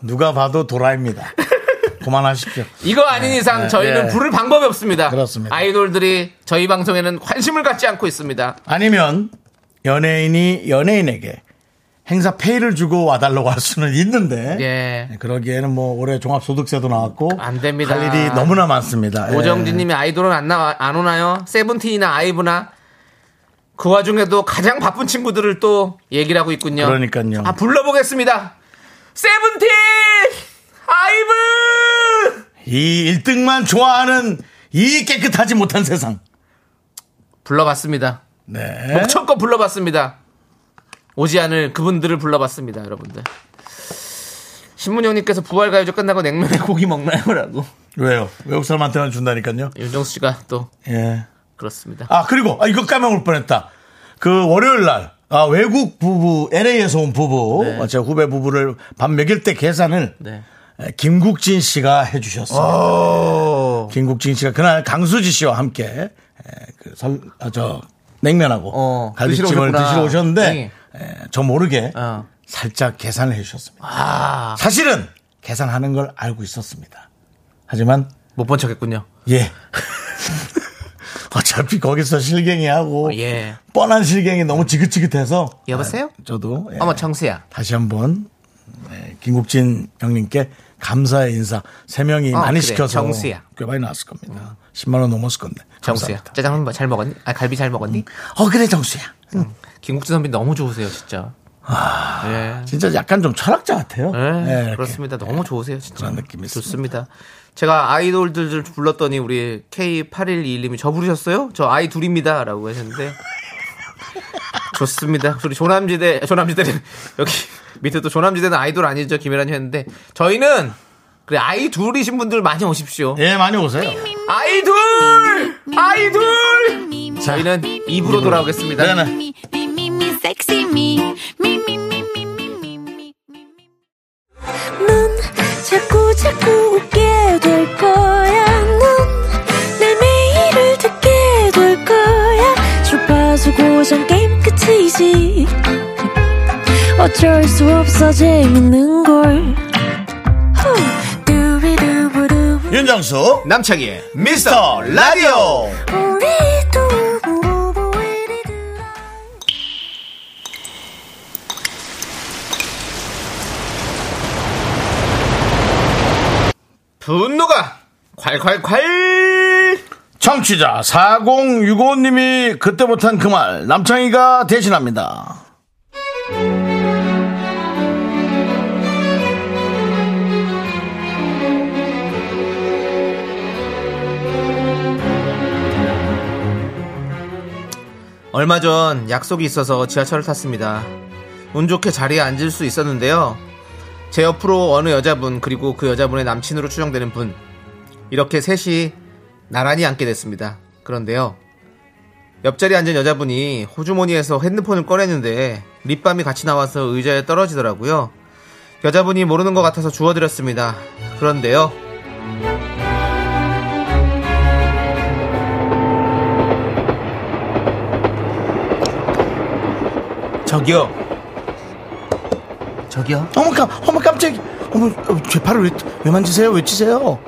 Speaker 1: 누가 봐도 도라입니다. 그만하십시오.
Speaker 2: 이거 아닌 이상 저희는
Speaker 1: 예.
Speaker 2: 부를 방법이 없습니다.
Speaker 1: 그렇습니다.
Speaker 2: 아이돌들이 저희 방송에는 관심을 갖지 않고 있습니다.
Speaker 1: 아니면 연예인이 연예인에게 행사 페이를 주고 와달라고 할 수는 있는데
Speaker 2: 예.
Speaker 1: 그러기에는 뭐 올해 종합소득세도 나왔고
Speaker 2: 안 됩니다.
Speaker 1: 할 일이 너무나 많습니다. 예.
Speaker 2: 오정진님이 아이돌은 안 나와 안 오나요? 세븐틴이나 아이브나 그 와중에도 가장 바쁜 친구들을 또 얘기를 하고 있군요.
Speaker 1: 그러니까요.
Speaker 2: 아 불러보겠습니다. 세븐틴, 아이브.
Speaker 1: 이 1등만 좋아하는 이 깨끗하지 못한 세상.
Speaker 2: 불러봤습니다.
Speaker 1: 네.
Speaker 2: 목청껏 불러봤습니다. 오지 않을 그분들을 불러봤습니다, 여러분들. 신문영님께서 부활가요제 끝나고 냉면에 고기 먹나요라고
Speaker 1: 왜요? 외국 사람한테만 준다니까요.
Speaker 2: 윤정수 씨가 또
Speaker 1: 예.
Speaker 2: 그렇습니다.
Speaker 1: 아 그리고 아, 이거 까먹을 뻔했다. 그 월요일 날 아, 외국 부부 LA에서 온 부부 어, 제 후배 부부를 밥 먹일 때 계산을
Speaker 2: 네. 아.
Speaker 1: 에, 김국진 씨가 해주셨어요. 김국진 씨가 그날 강수지 씨와 함께 에, 그 설, 아, 저 냉면하고
Speaker 2: 어,
Speaker 1: 갈비찜을
Speaker 2: 드시러 오셨구나.
Speaker 1: 드시러 오셨는데
Speaker 2: 네.
Speaker 1: 에, 저 모르게
Speaker 2: 어.
Speaker 1: 살짝 계산을
Speaker 2: 아.
Speaker 1: 해주셨습니다. 사실은 계산하는 걸 알고 있었습니다. 하지만
Speaker 2: 못 본 척했군요.
Speaker 1: 예. 어차피 거기서 실갱이 하고
Speaker 2: 어, 예.
Speaker 1: 뻔한 실갱이 너무 지긋지긋해서
Speaker 2: 여보세요?
Speaker 1: 아, 저도 예.
Speaker 2: 어머 청수야.
Speaker 1: 다시 한번 예, 김국진 형님께 감사의 인사 세 명이
Speaker 2: 어,
Speaker 1: 많이
Speaker 2: 그래.
Speaker 1: 시켜서
Speaker 2: 정수야.
Speaker 1: 꽤 많이 나왔을 겁니다. 10만 원 넘었을 건데.
Speaker 2: 정수야.
Speaker 1: 감사합니다.
Speaker 2: 짜장 한번 잘 먹었니? 아 갈비 잘 먹었니?
Speaker 1: 어 그래 정수야.
Speaker 2: 김국진 선배 너무 좋으세요, 진짜. 예.
Speaker 1: 아, 진짜 약간 좀 철학자 같아요. 예,
Speaker 2: 예,
Speaker 1: 이렇게.
Speaker 2: 그렇습니다. 너무 좋으세요, 진짜.
Speaker 1: 그런 느낌이 있습니다.
Speaker 2: 좋습니다. 제가 아이돌들 불렀더니 우리 K8121님이 저 부르셨어요? 저 아이 둘입니다. 라고 하셨는데. 좋습니다. 우리 조남지대, 조남지대는 여기 밑에 또 조남지대는 아이돌 아니죠. 김혜란이 했는데. 저희는 그래, 아이 둘이신 분들 많이 오십시오.
Speaker 1: 예 많이 오세요.
Speaker 2: 아이돌! 아이돌! 저희는 입으로 돌아오겠습니다.
Speaker 1: 네네.
Speaker 6: 넌 자꾸 자꾸 웃게 될 거야. 넌내 매일을 듣게 될 거야. 주파수 고정 게임 끝이지. 어쩔 수 없어 재밌는 걸. 후. 두비두부두.
Speaker 1: 네. 윤정수
Speaker 2: 남창희의
Speaker 1: 미스터 라디오.
Speaker 6: 우리 두부부부 우리 두부부.
Speaker 2: 분노가 콸콸콸!
Speaker 1: 청취자 4065님이 그때 못한 그 말 남창희가 대신합니다.
Speaker 2: 얼마 전 약속이 있어서 지하철을 탔습니다. 운 좋게 자리에 앉을 수 있었는데요. 제 옆으로 어느 여자분 그리고 그 여자분의 남친으로 추정되는 분 이렇게 셋이 나란히 앉게 됐습니다. 그런데요. 옆자리에 앉은 여자분이 호주머니에서 핸드폰을 꺼냈는데 립밤이 같이 나와서 의자에 떨어지더라고요. 여자분이 모르는 것 같아서 주워드렸습니다. 그런데요. 저기요. 저기요.
Speaker 1: 어머 깜, 어머 깜짝이. 어머 어, 제 팔을 왜, 왜 만지세요? 왜 치세요?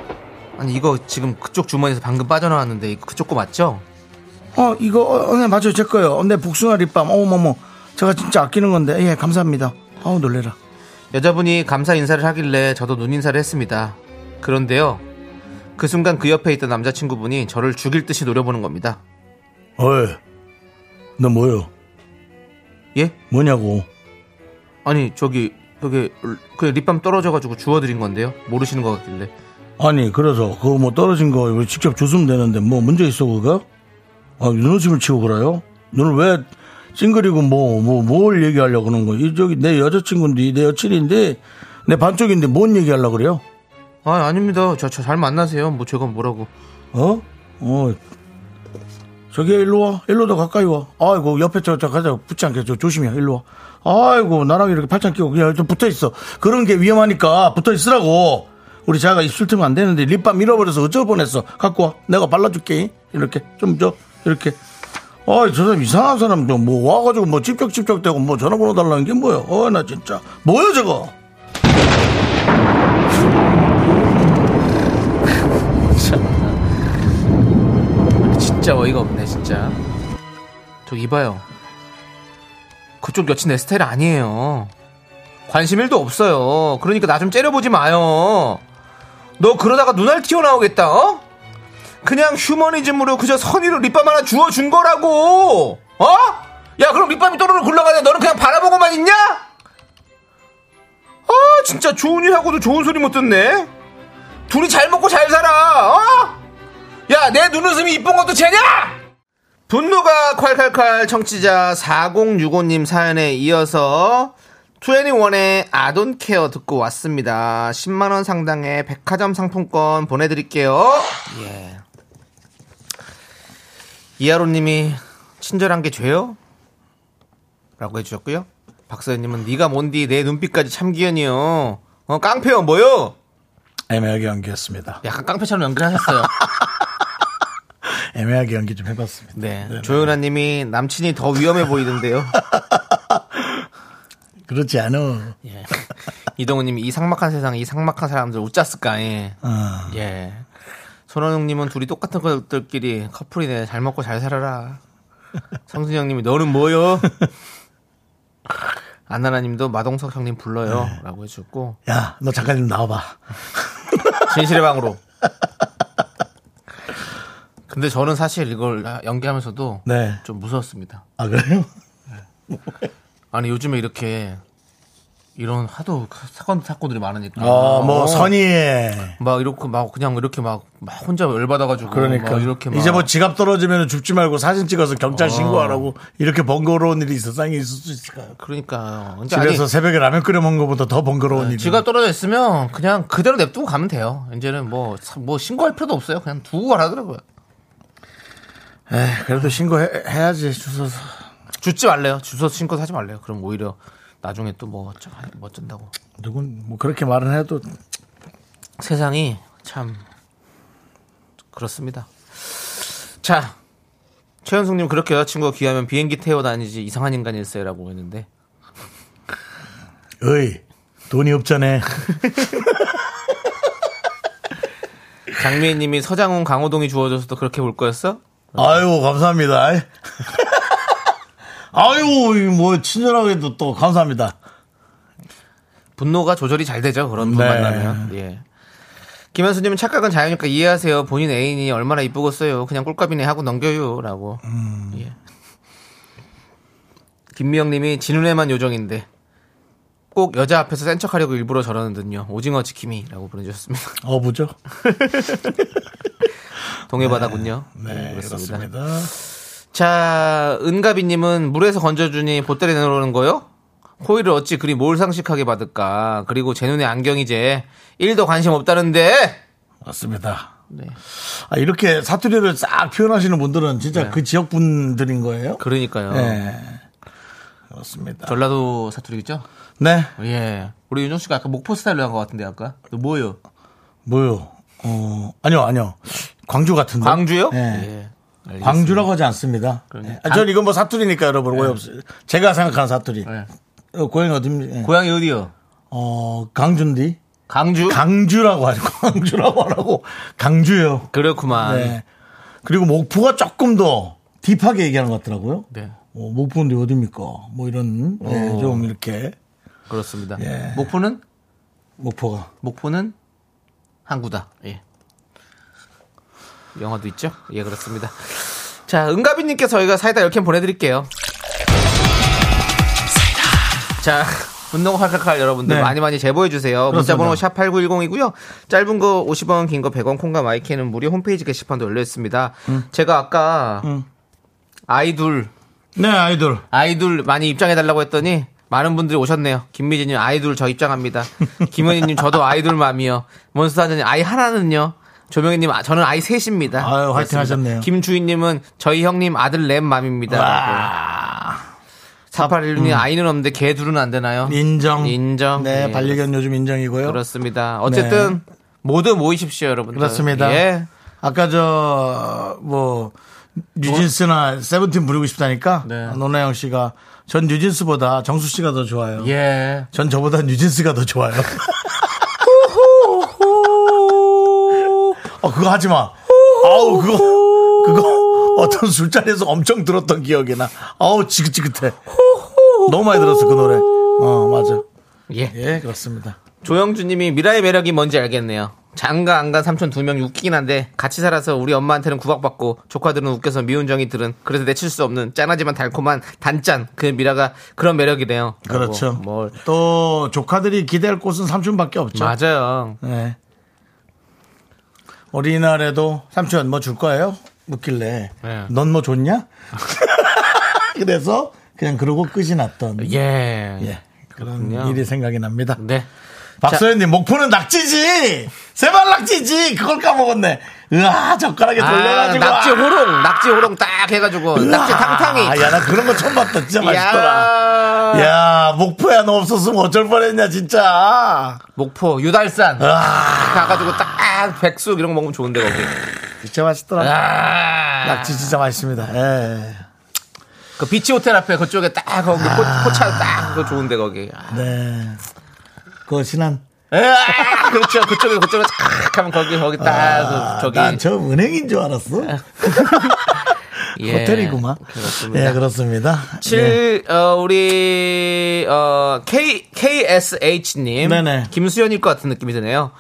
Speaker 2: 아니 이거 지금 그쪽 주머니에서 방금 빠져나왔는데 이거 그쪽 거 맞죠?
Speaker 1: 어 이거 어, 어, 네 맞아요 제 거예요. 어, 네 복숭아 립밤. 어머머 제가 진짜 아끼는 건데 예 감사합니다. 아우 놀래라.
Speaker 2: 여자분이 감사 인사를 하길래 저도 눈 인사를 했습니다. 그런데요. 그 순간 그 옆에 있던 남자친구분이 저를 죽일 듯이 노려보는 겁니다.
Speaker 1: 어이 너 뭐요?
Speaker 2: 예?
Speaker 1: 뭐냐고?
Speaker 2: 아니 저기 저기 그냥 립밤 떨어져가지고 주워드린 건데요. 모르시는 것 같길래.
Speaker 1: 아니 그래서 그거 뭐 떨어진 거왜 직접 줬으면 되는데 뭐 문제 있어 그거? 아 눈웃음을 치고 그래요? 눈을 왜 찡그리고 뭐 뭐 뭘 얘기하려고 그러는 거야? 이 저기 내 여자친구인데 내 여친인데 내 반쪽인데 뭔 얘기하려고 그래요?
Speaker 2: 아 아닙니다. 저 저 잘 만나세요. 뭐 제가 뭐라고.
Speaker 1: 어? 어. 저기 일로 와. 일로 더 가까이 와. 아이고 옆에 저, 저 가자. 붙지 않게 저 조심해. 일로 와. 아이고 나랑 이렇게 팔짱 끼고 그냥 좀 붙어 있어. 그런 게 위험하니까 붙어 있으라고. 우리 자가 입술 틀면 안 되는데 립밤 잃어버려서 어쩔 뻔했어. 갖고 와. 내가 발라줄게. 이렇게 좀 저 이렇게. 아이 저 사람 이상한 사람 좀 뭐 와가지고 뭐 찝쩍찝쩍대고 뭐 전화번호 달라는 게 뭐야? 어나 진짜 뭐야 저거?
Speaker 2: 진짜 어이가 없네 진짜 저 이봐요 그쪽 여친 내 스타일 아니에요 관심 일도 없어요 그러니까 나 좀 째려보지 마요 너 그러다가 눈알 튀어나오겠다 어? 그냥 휴머니즘으로 그저 선의로 립밤 하나 주워준 거라고 어? 야 그럼 립밤이 또르르 굴러가냐 너는 그냥 바라보고만 있냐? 아 진짜 좋은 일 하고도 좋은 소리 못 듣네 둘이 잘 먹고 잘 살아 어? 야, 내 눈웃음이 이쁜 것도 쟤냐? 분노가 콸콸콸 청취자 4065님 사연에 이어서 21의 아돈케어 듣고 왔습니다. 10만원 상당의 백화점 상품권 보내드릴게요. 예. 이하로님이 친절한 게 죄요? 라고 해주셨고요. 박서연님은 네가 뭔디 내 눈빛까지 참기현이요. 어, 깡패요 뭐요?
Speaker 1: 애매하게 연기했습니다.
Speaker 2: 약간 깡패처럼 연기하셨어요.
Speaker 1: 애매하게 연기 좀 해봤습니다.
Speaker 2: 네. 조연아님이 남친이 더 위험해 보이던데요.
Speaker 1: 그렇지 않아.
Speaker 2: 예. 이동우님이 이 삭막한 세상에 이 삭막한 사람들 웃잤을까? 예.
Speaker 1: 어.
Speaker 2: 예. 손원웅님은 둘이 똑같은 것들끼리 커플이네 잘 먹고 잘 살아라. 성준형님이 너는 뭐요? 안나라님도 마동석 형님 불러요라고 네. 해주고
Speaker 1: 야, 너 잠깐 좀 나와봐.
Speaker 2: 진실의 방으로. 근데 저는 사실 이걸 연기하면서도
Speaker 1: 네.
Speaker 2: 좀 무서웠습니다.
Speaker 1: 아, 그래요?
Speaker 2: 아니 요즘에 이렇게 이런 하도 사건 사건들이 많으니까
Speaker 1: 어, 뭐,
Speaker 2: 어.
Speaker 1: 선의에.
Speaker 2: 막 이렇게 막 그냥 이렇게 막, 막 혼자 열받아가지고
Speaker 1: 그러니까.
Speaker 2: 막 이렇게 막
Speaker 1: 이제 뭐 지갑 떨어지면 죽지 말고 사진 찍어서 경찰 신고하라고 이렇게 번거로운 일이 세상에 있을 수 있을까요?
Speaker 2: 그러니까 근데
Speaker 1: 집에서
Speaker 2: 아니,
Speaker 1: 새벽에 라면 끓여 먹는 것보다 더 번거로운 일이.
Speaker 2: 지가 떨어져 있으면 그냥 그대로 냅두고 가면 돼요. 이제는 뭐 뭐 신고할 필요도 없어요. 그냥 두고 가라더라고요.
Speaker 1: 에이, 그래도 신고해야지, 주소서.
Speaker 2: 주지 말래요. 주소 신고 사지 말래요. 그럼 오히려 나중에 또 뭐 어쩌 뭐 어쩐다고
Speaker 1: 누군, 뭐, 그렇게 말은 해도
Speaker 2: 세상이 참 그렇습니다. 자, 최현숙님 그렇게 여자친구가 귀하면 비행기 태워 다니지 이상한 인간일세라고 했는데
Speaker 1: 어이, 돈이 없잖아.
Speaker 2: 장미애님이 서장훈 강호동이 주워줘서도 그렇게 볼 거였어?
Speaker 1: 아유, 감사합니다. 아유, 뭐, 친절하게도 또 감사합니다.
Speaker 2: 분노가 조절이 잘 되죠 그런 분
Speaker 1: 네.
Speaker 2: 만나면. 예. 김현수님은 착각은 자유니까 이해하세요. 본인 애인이 얼마나 이쁘겠어요. 그냥 꿀값이네 하고 넘겨요라고.
Speaker 1: 음.
Speaker 2: 예. 김미영님이 진운에만 요정인데 꼭 여자 앞에서 센 척하려고 일부러 저러는 듯요. 오징어 지킴이라고 보내주셨습니다.
Speaker 1: 어, 보죠?
Speaker 2: 동해바다군요. 예,
Speaker 1: 네, 그렇습니다.
Speaker 2: 자, 은가비님은 물에서 건져주니 보따리 내놓으는 거요? 호의를 어찌 그리 몰상식하게 받을까? 그리고 제 눈에 안경이제 1도 관심 없다는데.
Speaker 1: 맞습니다.
Speaker 2: 네.
Speaker 1: 아, 이렇게 사투리를 싹 표현하시는 분들은 진짜 그 지역 분들인 거예요?
Speaker 2: 네. 그러니까요.
Speaker 1: 네. 그렇습니다.
Speaker 2: 전라도 사투리겠죠?
Speaker 1: 네.
Speaker 2: 예. 우리 윤정 씨가 아까 목포 스타일로 한 것 같은데 아까. 너 뭐요?
Speaker 1: 뭐요? 어, 아니요, 아니요. 광주 같은데.
Speaker 2: 광주요?
Speaker 1: 네.
Speaker 2: 예. 알겠습니다.
Speaker 1: 광주라고 하지 않습니다.
Speaker 2: 그러네.
Speaker 1: 아, 전 이건 뭐 사투리니까 여러분 오해 없어요. 제가 생각하는 사투리.
Speaker 2: 예.
Speaker 1: 어, 고향이 어딥니까?
Speaker 2: 고향이 어디요?
Speaker 1: 어, 강주인데.
Speaker 2: 강주?
Speaker 1: 강주라고 하죠. 광주라고 하라고. 강주요.
Speaker 2: 그렇구만.
Speaker 1: 네. 그리고 목포가 조금 더 딥하게 얘기하는 것 같더라고요.
Speaker 2: 네.
Speaker 1: 어, 목포인데 어딥니까? 뭐 이런, 네, 좀 이렇게.
Speaker 2: 그렇습니다.
Speaker 1: 예.
Speaker 2: 목포는?
Speaker 1: 목포가.
Speaker 2: 목포는 항구다. 예. 영화도 있죠? 예, 그렇습니다. 자, 은가비님께서 저희가 사이다 10캔 보내드릴게요. 자, 분노가 활칼칼 여러분들
Speaker 1: 네.
Speaker 2: 많이 많이 제보해주세요. 문자번호
Speaker 1: 그렇습니다.
Speaker 2: 샵8910이고요. 짧은 거 50원, 긴 거 100원, 콩과 마이크는 무료 홈페이지 게시판도 열려있습니다.
Speaker 1: 음.
Speaker 2: 제가 아까 아이돌,
Speaker 1: 네, 아이돌.
Speaker 2: 아이돌 많이 입장해달라고 했더니 많은 분들이 오셨네요. 김미진님 아이돌 저 입장합니다. 김은희님 저도 아이돌 맘이요. 몬스타전님 아이 하나는요. 조명희님 아, 저는 아이 셋입니다.
Speaker 1: 아유, 화이팅 하셨네요.
Speaker 2: 김주인님은 저희 형님 아들 넷
Speaker 1: 네.
Speaker 2: 맘입니다.
Speaker 1: 와.
Speaker 2: 4816님 아이는 없는데 개 둘은 안 되나요?
Speaker 1: 인정.
Speaker 2: 인정.
Speaker 1: 네,
Speaker 2: 예,
Speaker 1: 반려견 요즘 인정이고요.
Speaker 2: 그렇습니다. 어쨌든 모두 모이십시오, 여러분들.
Speaker 1: 그렇습니다.
Speaker 2: 예.
Speaker 1: 아까 저, 뭐, 뉴진스나 세븐틴 부르고 싶다니까. 아,
Speaker 2: 네.
Speaker 1: 노나영 씨가 전 뉴진스보다 정수 씨가 더 좋아요.
Speaker 2: 예.
Speaker 1: 전 저보다 뉴진스가 더 좋아요. 어, 그거 하지 마. 아우, 그거, 그거, 어떤 술자리에서 엄청 들었던 기억이 나. 아우 지긋지긋해. 너무 많이 들었어 그 노래. 어 맞아.
Speaker 2: 예.
Speaker 1: 예 그렇습니다.
Speaker 2: 조영주님이 미라의 매력이 뭔지 알겠네요. 장가 안 간 삼촌 두 명이 웃기긴 한데 같이 살아서 우리 엄마한테는 구박받고 조카들은 웃겨서 미운정이들은 그래서 내칠 수 없는 짠하지만 달콤한 단짠 그 미라가 그런 매력이네요.
Speaker 1: 그렇죠.
Speaker 2: 라고. 아, 뭘
Speaker 1: 또 조카들이 기대할 곳은 삼촌밖에 없죠.
Speaker 2: 맞아요.
Speaker 1: 네. 어린이날에도 삼촌 뭐 줄 거예요? 묻길래
Speaker 2: 네.
Speaker 1: 넌 뭐 줬냐? 그래서 그냥 그러고 끝이 났던
Speaker 2: 예.
Speaker 1: 예, 그런
Speaker 2: 그렇군요.
Speaker 1: 일이 생각이 납니다.
Speaker 2: 네.
Speaker 1: 박소연님 목포는 낙지지 세발 낙지지 그걸 까먹었네. 으아 젓가락에
Speaker 2: 아,
Speaker 1: 돌려가지고
Speaker 2: 낙지
Speaker 1: 아,
Speaker 2: 호롱, 낙지 호롱 딱 해가지고 낙지 탕탕이.
Speaker 1: 야나 그런 거 처음 봤다 진짜 맛있더라.
Speaker 2: 야.
Speaker 1: 야 목포야 너 없었으면 어쩔 뻔했냐 진짜.
Speaker 2: 목포 유달산
Speaker 1: 아
Speaker 2: 가가지고 딱 백숙 이런 거 먹으면 좋은데 거기.
Speaker 1: 진짜 맛있더라.
Speaker 2: 아.
Speaker 1: 낙지 진짜 맛있습니다. 예.
Speaker 2: 그 비치 호텔 앞에 그쪽에 딱 거기
Speaker 1: 아.
Speaker 2: 포, 포차 딱 그거 좋은데 거기. 아,
Speaker 1: 네. 그 신한.
Speaker 2: 아, 그렇죠. 그쪽에 그쪽에 착 하면 거기 거기 딱
Speaker 1: 아,
Speaker 2: 그 저기. 아,
Speaker 1: 난 처음 은행인 줄 알았어.
Speaker 2: 예.
Speaker 1: 호텔이구만.
Speaker 2: 그렇습니다.
Speaker 1: 예, 그렇습니다. 예.
Speaker 2: 칠, 어, 우리, 어, K, KSH님.
Speaker 1: 네네.
Speaker 2: 김수현일 것 같은 느낌이 드네요.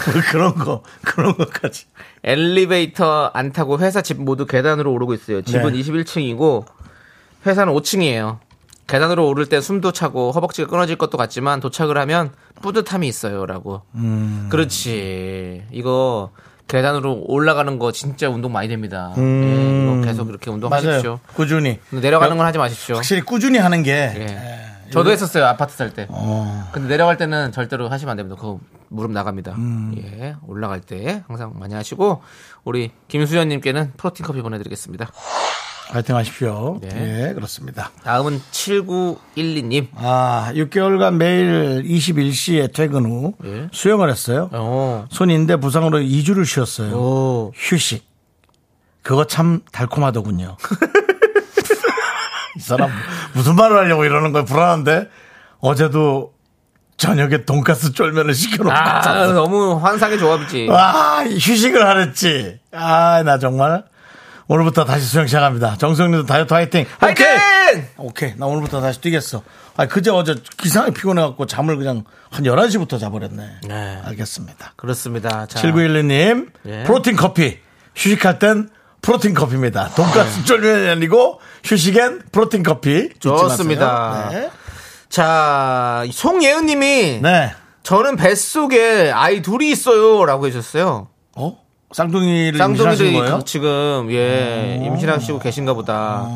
Speaker 1: 그- 그런 거, 그런 것까지.
Speaker 2: 엘리베이터 안 타고 회사 집 모두 계단으로 오르고 있어요. 집은
Speaker 1: 네.
Speaker 2: 21층이고 회사는 5층이에요. 계단으로 오를 때 숨도 차고 허벅지가 끊어질 것도 같지만 도착을 하면 뿌듯함이 있어요라고.
Speaker 1: 음.
Speaker 2: 그렇지. 이거 계단으로 올라가는 거 진짜 운동 많이 됩니다. 예, 이거 계속 이렇게 운동하십시오.
Speaker 1: 음. 맞아요. 네, 꾸준히.
Speaker 2: 내려가는 건 하지 마십시오.
Speaker 1: 확실히 꾸준히 하는 게.
Speaker 2: 예. 저도 했었어요 아파트 살 때. 근데 내려갈 때는 절대로 하시면 안 됩니다. 그거 무릎 나갑니다. 예, 올라갈 때 항상 많이 하시고 우리 김수현님께는 프로틴 커피 보내드리겠습니다.
Speaker 1: 파이팅 하십시오.
Speaker 2: 네.
Speaker 1: 예, 그렇습니다.
Speaker 2: 다음은 7912님.
Speaker 1: 아, 6개월간 매일 21시에 퇴근 후
Speaker 2: 예.
Speaker 1: 수영을 했어요.
Speaker 2: 어.
Speaker 1: 손 인대 부상으로 2주를 쉬었어요.
Speaker 2: 오.
Speaker 1: 휴식. 그거 참 달콤하더군요. 이 사람 무슨 말을 하려고 이러는 거야 불안한데 어제도 저녁에 돈가스 쫄면을 시켜놓고
Speaker 2: 아,
Speaker 1: 잤어.
Speaker 2: 너무 환상의 조합이지.
Speaker 1: 아 휴식을 하랬지. 아 나 정말 오늘부터 다시 수영 시작합니다. 정성님도 다이어트 화이팅.
Speaker 2: 파이팅!
Speaker 1: 오케이 나 오늘부터 다시 뛰겠어. 아 그제 어제 기상이 피곤해갖고 잠을 그냥 한 11시부터 자버렸네.
Speaker 2: 네.
Speaker 1: 알겠습니다.
Speaker 2: 그렇습니다. 자,
Speaker 1: 7911님
Speaker 2: 예.
Speaker 1: 프로틴 커피 휴식할 땐 프로틴 커피입니다. 돈가스
Speaker 2: 예.
Speaker 1: 쫄면이 아니고 휴식엔 프로틴 커피 잊지 마세요.
Speaker 2: 좋습니다.
Speaker 1: 네.
Speaker 2: 자 송예은님이
Speaker 1: 네.
Speaker 2: 저는 뱃속에 아이 둘이 있어요라고 해주셨어요.
Speaker 1: 어? 쌍둥이를 임신하신
Speaker 2: 쌍둥이들이
Speaker 1: 거예요?
Speaker 2: 그- 지금 예 임신하시고 계신가 보다.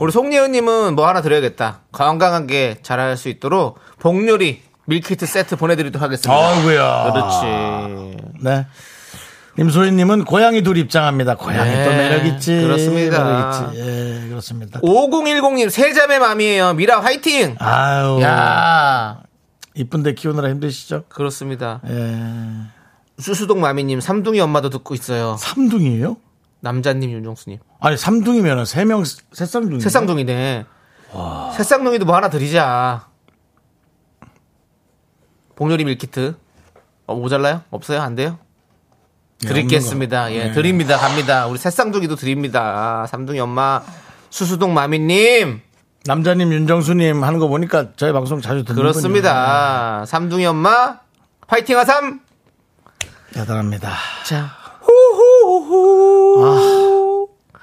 Speaker 2: 우리 송예은님은 뭐 하나 드려야겠다. 건강하게 자랄 수 있도록 복요리 밀키트 세트 보내드리도록 하겠습니다.
Speaker 1: 아이고야.
Speaker 2: 그렇지.
Speaker 1: 네. 임소희님은 고양이 둘 입장합니다. 고양이
Speaker 2: 네.
Speaker 1: 또 매력있지.
Speaker 2: 그렇습니다.
Speaker 1: 매력있지. 예, 그렇습니다.
Speaker 2: 5010님 세자매 맘이에요. 미라 화이팅.
Speaker 1: 아유.
Speaker 2: 야
Speaker 1: 이쁜데 키우느라 힘드시죠?
Speaker 2: 그렇습니다.
Speaker 1: 예.
Speaker 2: 수수동 마미님 삼둥이 엄마도 듣고 있어요.
Speaker 1: 삼둥이에요?
Speaker 2: 남자님 윤종수님
Speaker 1: 아니, 삼둥이면 세 명, 세 쌍둥이.
Speaker 2: 음. 새쌍둥이네. 새쌍둥이도 뭐 하나 드리자. 복요리 밀키트 어, 모자라요? 없어요? 안 돼요?
Speaker 1: 네,
Speaker 2: 드리겠습니다. 예, 드립니다. 갑니다. 우리 새쌍둥이도 드립니다. 삼둥이 엄마 수수동 마미님
Speaker 1: 남자님 윤정수님 하는 거 보니까 저희 방송 자주 듣는
Speaker 2: 그렇습니다. 삼둥이 엄마 파이팅 하삼.
Speaker 1: 분이에요. 대단합니다.
Speaker 2: 자, 호호호. 아.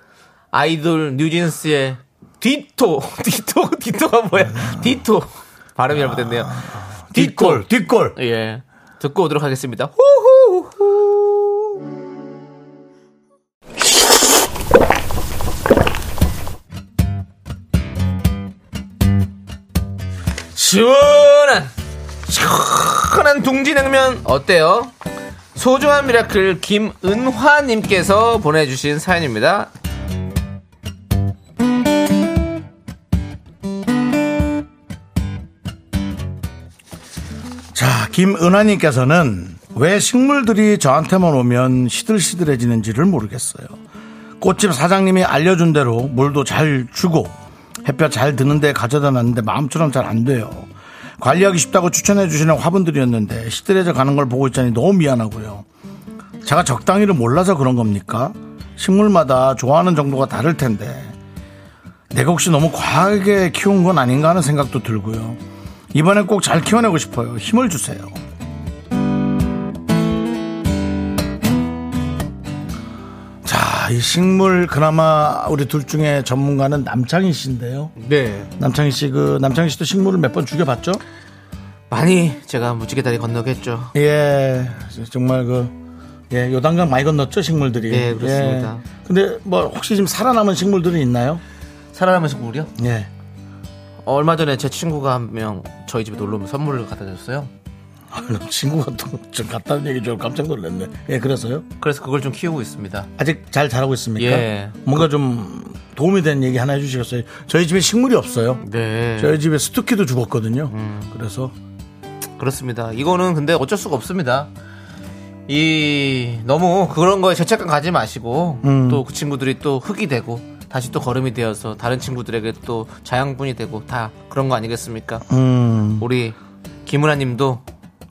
Speaker 2: 아이돌 뉴진스의 디토, 디토, 디토가 뭐야? 디토. 발음이 잘못됐네요.
Speaker 1: 아, 뒷골, 뒷골.
Speaker 2: 예. 듣고 오도록 하겠습니다. 호호호. 시원한 시원한 둥지냉면 어때요? 소중한 미라클 김은화님께서 보내주신 사연입니다.
Speaker 1: 자, 김은하님께서는 왜 식물들이 저한테만 오면 시들시들해지는지를 모르겠어요. 꽃집 사장님이 알려준 대로 물도 잘 주고 햇볕 잘 드는데 가져다 놨는데 마음처럼 잘 안 돼요. 관리하기 쉽다고 추천해 주시는 화분들이었는데 시들해져 가는 걸 보고 있자니 너무 미안하고요. 제가 적당히를 몰라서 그런 겁니까? 식물마다 좋아하는 정도가 다를 텐데 내가 혹시 너무 과하게 키운 건 아닌가 하는 생각도 들고요. 이번엔 꼭 잘 키워내고 싶어요. 힘을 주세요. 자, 이 식물 그나마 우리 둘 중에 전문가는 남창희 씨인데요.
Speaker 2: 네.
Speaker 1: 남창희 씨, 그 남창희 씨도 식물을 몇 번 죽여봤죠?
Speaker 2: 많이 제가 무지개 다리 건너겠죠.
Speaker 1: 예, 정말 그, 예, 요단강 많이 건넜죠, 식물들이.
Speaker 2: 예, 그렇습니다.
Speaker 1: 예. 근데 뭐 혹시 지금 살아남은 식물들이 있나요?
Speaker 2: 살아남으신 우리요?
Speaker 1: 예.
Speaker 2: 어, 얼마 전에 제 친구가 한 명 저희 집에 놀러 오면 선물을 갖다 줬어요.
Speaker 1: 아, 그럼 친구가 또좀 갔다는 얘기 좀 깜짝 놀랐네. 예, 그래서요?
Speaker 2: 그래서 그걸 좀 키우고 있습니다.
Speaker 1: 아직 잘 자라고 있습니까?
Speaker 2: 예.
Speaker 1: 뭔가 좀 도움이 되는 얘기 하나 해주시겠어요? 저희 집에 식물이 없어요.
Speaker 2: 네.
Speaker 1: 저희 집에 스투키도 죽었거든요. 그래서
Speaker 2: 그렇습니다. 이거는 근데 어쩔 수가 없습니다. 이 너무 그런 거에 죄책감 가지 마시고
Speaker 1: 음.
Speaker 2: 또 그 친구들이 또 흙이 되고 다시 또 걸음이 되어서 다른 친구들에게 또 자양분이 되고 다 그런 거 아니겠습니까?
Speaker 1: 음.
Speaker 2: 우리 김은아님도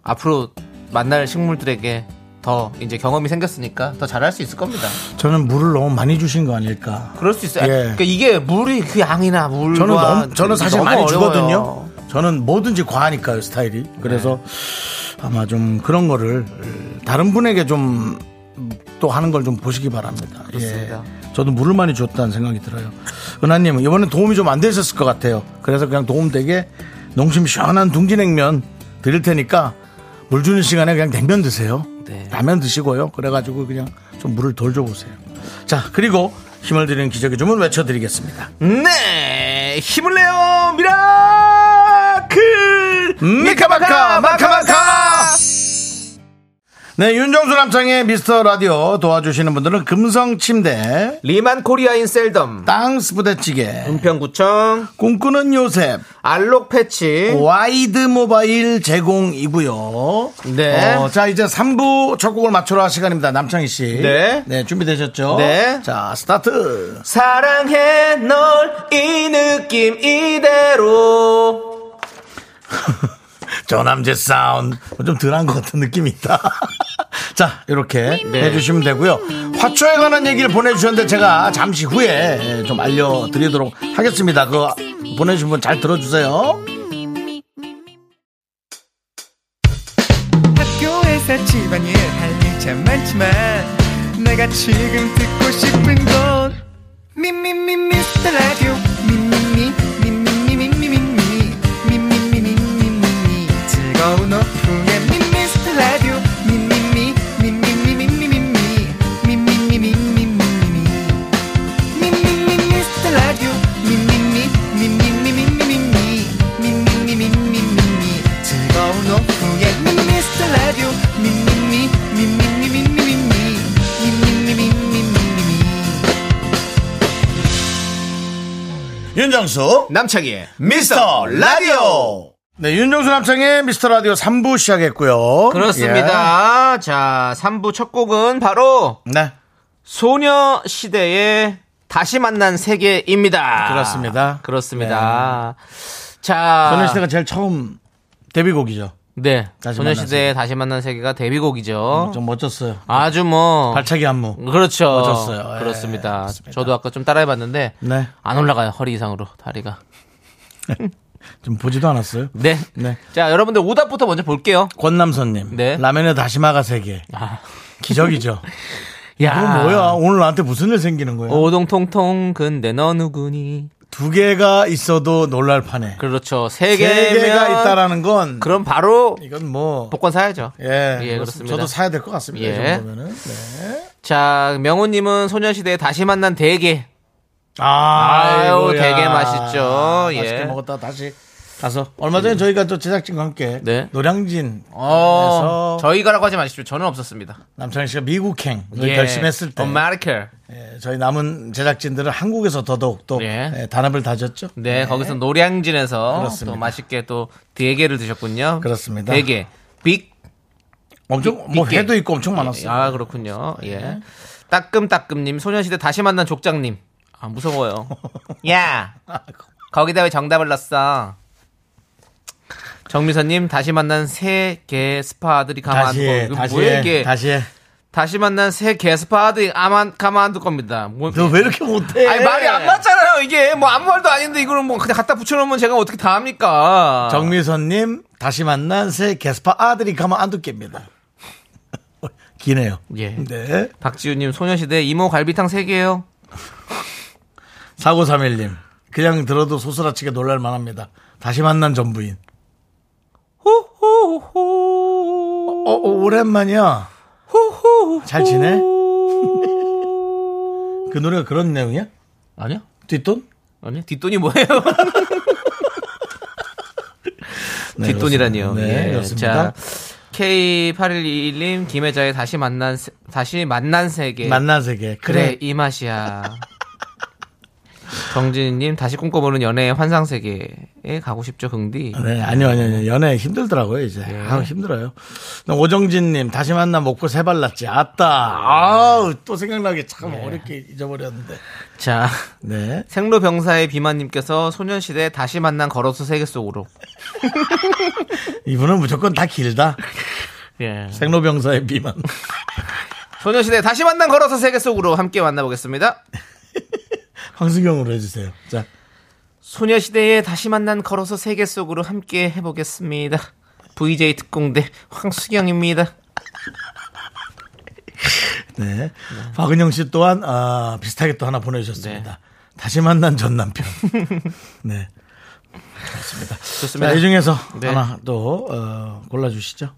Speaker 2: 앞으로 만날 식물들에게 더 이제 경험이 생겼으니까 더 잘할 수 있을 겁니다.
Speaker 1: 저는 물을 너무 많이 주신 거 아닐까.
Speaker 2: 그럴 수 있어요.
Speaker 1: 예.
Speaker 2: 그러니까 이게 물이 그 양이나 물과 그
Speaker 1: 저는 너무, 저는 사실 많이
Speaker 2: 어려워요.
Speaker 1: 주거든요. 저는 뭐든지 과하니까요 스타일이. 그래서 아마 좀 그런 거를 다른 분에게 좀 또 하는 걸 좀 보시기 바랍니다.
Speaker 2: 그렇습니다.
Speaker 1: 예. 저도 물을 많이 줬다는 생각이 들어요. 은하님 이번엔 도움이 좀 안 되셨을 것 같아요. 그래서 그냥 도움되게 농심 시원한 둥지냉면 드릴 테니까 물 주는 시간에 그냥 냉면 드세요.
Speaker 2: 네.
Speaker 1: 라면 드시고요. 그래가지고 그냥 좀 물을 덜 줘보세요. 자 그리고 힘을 드리는 기적의 주문 외쳐드리겠습니다.
Speaker 2: 네 힘을 내요 미라클
Speaker 1: 미카마카 마카마카 네 윤정수 남창의 미스터 라디오 도와주시는 분들은 금성침대
Speaker 2: 리만 코리아인 셀덤
Speaker 1: 땅스 부대찌개
Speaker 2: 은평구청
Speaker 1: 꿈꾸는 요셉
Speaker 2: 알록 패치
Speaker 1: 와이드 모바일 제공이고요
Speaker 2: 네.
Speaker 1: 어, 자 이제 3부 첫 곡을 맞춰라 시간입니다 남창희 씨
Speaker 2: 네.
Speaker 1: 준비되셨죠
Speaker 2: 네.
Speaker 1: 자 스타트
Speaker 2: 사랑해 널 이 느낌 이대로
Speaker 1: 저남제 사운드 뭐 좀 덜한 것 같은 느낌이 있다. 자 이렇게 해주시면 되고요. 화초에 관한 얘기를 보내주셨는데 제가 잠시 후에 예, 좀 알려드리도록 하겠습니다. 그 보내주신 분 잘 들어주세요.
Speaker 7: 학교에서 집안일 할 일 참 많지만 내가 지금 듣고 싶은 건 미미미 미스터 라디오 미미미 미미미 미미미 미미미 미미미 즐거운 오후에 미스터 라디오 미미미 미미미 미미미 미미미 미미미
Speaker 1: 윤정수
Speaker 2: 남창희의
Speaker 1: 미스터 라디오. 네 윤정수 남창의 미스터 라디오 3부 시작했고요.
Speaker 2: 그렇습니다 예. 자 3부 첫 곡은 바로
Speaker 1: 예. 네
Speaker 2: 소녀시대의 다시 만난 세계입니다
Speaker 1: 그렇습니다. 네.
Speaker 2: 그렇습니다 자
Speaker 1: 소녀시대가 제일 처음 데뷔곡이죠.
Speaker 2: 네.
Speaker 1: 다시 음,
Speaker 2: 소녀시대의 다시 만난 세계가 데뷔곡이죠.
Speaker 1: 좀 멋졌어요.
Speaker 2: 아주 뭐
Speaker 1: 발차기 안무.
Speaker 2: 그렇죠.
Speaker 1: 멋졌어요. 예,
Speaker 2: 그렇습니다.
Speaker 1: 그렇습니다.
Speaker 2: 저도 아까 좀 따라해봤는데
Speaker 1: 네.
Speaker 2: 안 올라가요 허리 이상으로 다리가.
Speaker 1: 좀 보지도 않았어요.
Speaker 2: 네.
Speaker 1: 네.
Speaker 2: 자 여러분들 오답부터 먼저 볼게요.
Speaker 1: 권남선님.
Speaker 2: 네.
Speaker 1: 라면에 다시마가 세 개.
Speaker 2: 아.
Speaker 1: 기적이죠.
Speaker 2: 야.
Speaker 1: 이거 뭐야? 오늘 나한테 무슨 일 생기는 거야?
Speaker 2: 오동통통 근데 너 누구니?
Speaker 1: 두 개가 있어도 놀랄 판에
Speaker 2: 그렇죠. 세
Speaker 1: 세
Speaker 2: 개면
Speaker 1: 개가 있다라는 건
Speaker 2: 그럼 바로
Speaker 1: 이건 뭐
Speaker 2: 복권 사야죠.
Speaker 1: 예,
Speaker 2: 예, 그렇습니다.
Speaker 1: 저도 사야 될 것 같습니다. 이
Speaker 2: 예.
Speaker 1: 정도면은. 네.
Speaker 2: 자 명호님은 소녀시대의 다시 만난 대게.
Speaker 1: 아이고야.
Speaker 2: 아유, 되게 맛있죠. 예.
Speaker 1: 맛있게 먹었다 다시 가서 얼마 전에 저희가 또 제작진과 함께
Speaker 2: 네.
Speaker 1: 노량진 그래서-
Speaker 2: 어, 저희가라고 하지 마십시오. 저는 없었습니다.
Speaker 1: 남창희 씨가 미국행 을
Speaker 2: 예.
Speaker 1: 결심했을 때
Speaker 2: America.
Speaker 1: 예, 저희 남은 제작진들은 한국에서 더더욱 또
Speaker 2: 예.
Speaker 1: 예, 단합을 다졌죠.
Speaker 2: 네, 거기서 노량진에서
Speaker 1: 그렇습니다.
Speaker 2: 또 맛있게 또 대게를 드셨군요.
Speaker 1: 그렇습니다.
Speaker 2: 대게. 빅.
Speaker 1: 엄청 뭐
Speaker 2: 빅게.
Speaker 1: 회도 있고 엄청 많았어요.
Speaker 2: 아, 그렇군요.
Speaker 1: 네.
Speaker 2: 예. 따끔따끔님, 소녀시대 다시 만난 족장님. 아, 무서워요. 야! 거기다 왜 정답을 넣었어? 정미선님, 다시 만난 세 개 스파들이 가만
Speaker 1: 다시
Speaker 2: 안고.
Speaker 1: 해,
Speaker 2: 이거
Speaker 1: 다시
Speaker 2: 아, 뭐야,
Speaker 1: 해,
Speaker 2: 이게.
Speaker 1: 다시 해.
Speaker 2: 다시 만난 새 게스파드 아만 가만둘 겁니다. 뭐-
Speaker 1: 너 왜 이렇게 못해?
Speaker 2: 아니 말이 안 맞잖아요. 이게 뭐 아무 말도 아닌데 이거를 뭐 그냥 갖다 붙여놓으면 제가 어떻게 다 합니까?
Speaker 1: 정미선님 다시 만난 새 게스파 아들이 가만 안 두겠습니다. 기네요.
Speaker 2: 예.
Speaker 1: 네.
Speaker 2: 박지우님 소녀시대 이모 갈비탕 세 개요.
Speaker 1: 4931님 그냥 들어도 소스라치게 놀랄 만합니다. 다시 만난 전부인. 호호호. 어, 어, 오랜만이야. 호호. 잘 지내? 그 노래가 그런 내용이야?
Speaker 2: 아니요?
Speaker 1: 뒷돈?
Speaker 2: 아니요? 뒷돈이 뭐예요?
Speaker 1: 네,
Speaker 2: 뒷돈이라니요.
Speaker 1: 그렇습니다. 네,
Speaker 2: 예.
Speaker 1: 그렇습니다.
Speaker 2: 자, K8121님 김혜자의 다시 만난 세- 다시 만난 세계.
Speaker 1: 만난 세계.
Speaker 2: 그래
Speaker 1: 그래.
Speaker 2: 이 맛이야. 정진님 다시 꿈꿔보는 연애의 환상 세계에 가고 싶죠, 긍디.
Speaker 1: 네, 아니요, 아니요, 아니요. 연애 힘들더라고요, 이제.
Speaker 2: 예.
Speaker 1: 아 힘들어요. 오정진님, 다시 만나 먹고 세발 났지. 아따. 아우, 또 생각나게 참
Speaker 2: 예.
Speaker 1: 어렵게 잊어버렸는데.
Speaker 2: 자,
Speaker 1: 네.
Speaker 2: 생로병사의 비만님께서 소년시대 다시 만난 걸어서 세계 속으로.
Speaker 1: 이분은 무조건 다 길다.
Speaker 2: 예.
Speaker 1: 생로병사의 비만.
Speaker 2: 소녀시대 다시 만난 걸어서 세계 속으로 함께 만나보겠습니다.
Speaker 1: 황수경으로 해주세요. 자.
Speaker 2: 소녀시대의 다시 만난 걸어서 세계 속으로 함께 해보겠습니다. VJ 특공대 황수경입니다.
Speaker 1: 네. 박은영 씨 또한, 아, 비슷하게 또 하나 보내주셨습니다.
Speaker 2: 네.
Speaker 1: 다시 만난 전 남편. 네.
Speaker 2: 좋습니다.
Speaker 1: 자, 이 중에서
Speaker 2: 네.
Speaker 1: 하나 또, 어, 골라주시죠.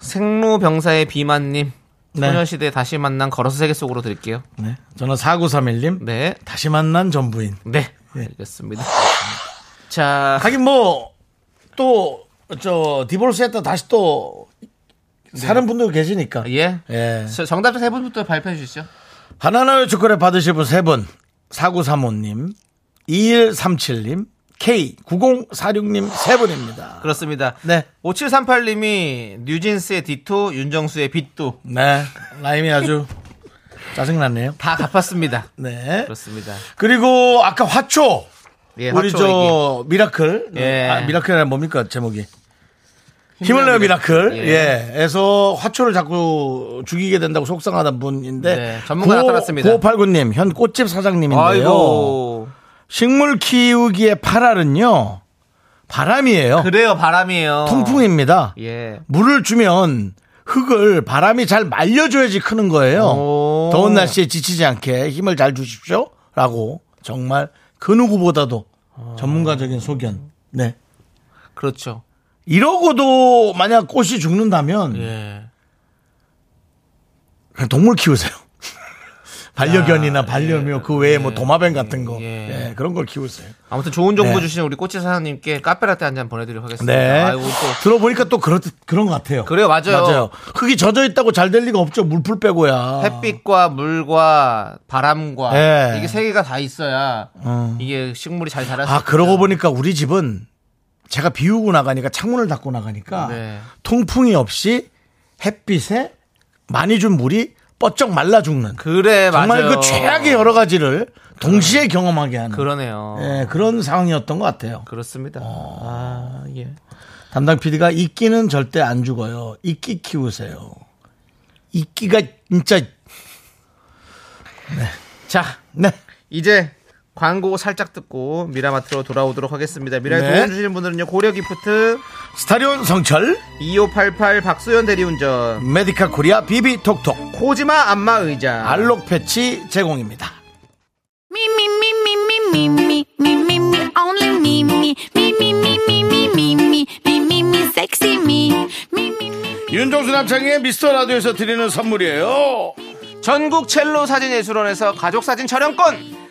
Speaker 2: 생로병사의 비만님.
Speaker 1: 네.
Speaker 2: 소녀시대 다시 만난 걸어서 세계 속으로 드릴게요.
Speaker 1: 네. 저는 4931님.
Speaker 2: 네.
Speaker 1: 다시 만난 전부인.
Speaker 2: 네.
Speaker 1: 예.
Speaker 2: 알겠습니다. 자,
Speaker 1: 하긴 뭐 또 저 디볼스 했다 다시 또 사는 분들 계시니까.
Speaker 2: 네. 예.
Speaker 1: 예.
Speaker 2: 저- 정답자 세 분부터 발표해 주시죠.
Speaker 1: 하나나의 초콜릿 받으실 분 세 분. 4935님, 2137님, K9046님 세 분입니다.
Speaker 2: 그렇습니다.
Speaker 1: 네.
Speaker 2: 5738님이 뉴진스의 디토, 윤정수의 빗도
Speaker 1: 네. 라임이 아주 짜증났네요.
Speaker 2: 다 갚았습니다.
Speaker 1: 네.
Speaker 2: 그렇습니다.
Speaker 1: 그리고 아까 화초.
Speaker 2: 예,
Speaker 1: 우리
Speaker 2: 화초
Speaker 1: 저 미라클.
Speaker 2: 예.
Speaker 1: 아, 미라클이란 뭡니까 제목이? 힘을 내요 미라클.
Speaker 2: 미라클.
Speaker 1: 예. 에서 화초를 자꾸 죽이게 된다고 속상하다는 분인데
Speaker 2: 네, 전문가 나타났습니다.
Speaker 1: 9589님 현 꽃집 사장님인데요.
Speaker 2: 아이고.
Speaker 1: 식물 키우기의 팔알은요 바람이에요.
Speaker 2: 그래요, 바람이에요.
Speaker 1: 통풍입니다.
Speaker 2: 예.
Speaker 1: 물을 주면 흙을 바람이 잘 말려줘야지 크는 거예요.
Speaker 2: 오.
Speaker 1: 더운 날씨에 지치지 않게 힘을 잘 주십시오. 라고 정말 그 누구보다도 전문가적인 소견. 네.
Speaker 2: 그렇죠.
Speaker 1: 이러고도 만약 꽃이 죽는다면
Speaker 2: 예.
Speaker 1: 그냥 동물 키우세요. 반려견이나 반려묘 그 외에 뭐 도마뱀 같은 거
Speaker 2: 예.
Speaker 1: 예, 그런 걸 키우세요.
Speaker 2: 아무튼 좋은 정보
Speaker 1: 네.
Speaker 2: 주신 우리 꼬치 사장님께 카페라떼 한 잔 보내드리도록 하겠습니다.
Speaker 1: 네.
Speaker 2: 아이고, 또.
Speaker 1: 들어보니까 또 그렇, 그런 것 같아요.
Speaker 2: 그래요, 맞아요.
Speaker 1: 흙이 젖어 있다고 잘 될 리가 없죠. 물풀 빼고야.
Speaker 2: 햇빛과 물과 바람과
Speaker 1: 예.
Speaker 2: 이게 세 개가 다 있어야 이게 식물이 잘 자랄 수
Speaker 1: 음. 아, 그러고 보니까 우리 집은 제가 비우고 나가니까 창문을 닫고 나가니까
Speaker 2: 네.
Speaker 1: 통풍이 없이 햇빛에 많이 준 물이 뻗쩍 말라 죽는.
Speaker 2: 그래 맞아요.
Speaker 1: 정말 그 최악의 여러 가지를 동시에 경험하게 하는
Speaker 2: 그러네요.
Speaker 1: 예, 그런 상황이었던 것 같아요.
Speaker 2: 그렇습니다.
Speaker 1: 어.
Speaker 2: 아, 예.
Speaker 1: 담당 PD가 이끼는 절대 안 죽어요. 이끼 키우세요. 이끼가 진짜
Speaker 2: 자,
Speaker 1: 네.
Speaker 2: 이제 광고 살짝 듣고 미라마트로 돌아오도록 하겠습니다. 미라에
Speaker 1: 네.
Speaker 2: 도움 주시는 분들은요. 고려기프트,
Speaker 1: 스타리온 성철
Speaker 2: 2588 박소연 대리운전,
Speaker 1: 메디카 코리아 비비톡톡
Speaker 2: 코지마 안마의자,
Speaker 1: 알록 패치 제공입니다.
Speaker 6: Me, me, me, me, me, me, me, me, me, me, only me, me, me, me, me, me, me, me, me, me, me, me, sexy me, me, me, me.
Speaker 1: 윤종수 남창의 미스터 라디오에서 드리는 선물이에요.
Speaker 2: 전국 첼로 사진예술원에서 가족사진 촬영권,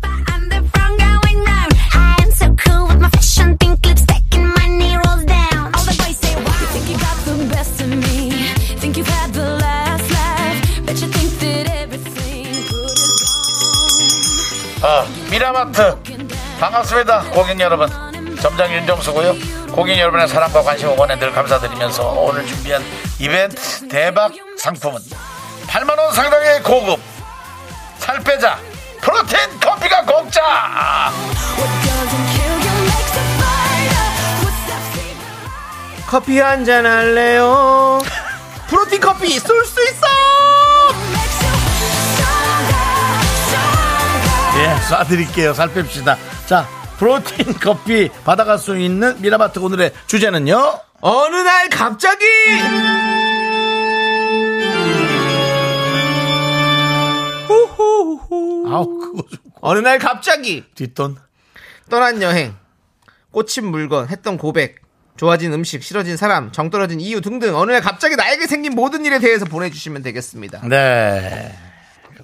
Speaker 6: front going round. I am so cool with my fashion pink lipstick and my knee rolls down. All the boys say, wow. You think you got the best of me. Think you've had the last laugh. Bet you think that everything good is gone.
Speaker 1: 아, 미라마트 반갑습니다 고객 여러분 점장 윤정수고요 고객 여러분의 사랑과 관심 응원에 늘 감사드리면서 오늘 준비한 이벤트 대박 상품은 8만원 상당의 고급 살 빼자 프로틴 커피가 공짜
Speaker 7: 커피 한 잔 할래요? 프로틴 커피 쏠 수 있어!
Speaker 1: 예 쏴드릴게요 살 뺍시다 자 프로틴 커피 받아갈 수 있는 미라마트 오늘의 주제는요
Speaker 7: 어느 날 갑자기
Speaker 1: 아우 그거 좀
Speaker 7: 어느 날 갑자기
Speaker 1: 뒷돈
Speaker 7: 떠난 여행, 꽂힌 물건, 했던 고백, 좋아진 음식, 싫어진 사람, 정 떨어진 이유 등등 어느 날 갑자기 나에게 생긴 모든 일에 대해서 보내주시면 되겠습니다.
Speaker 1: 네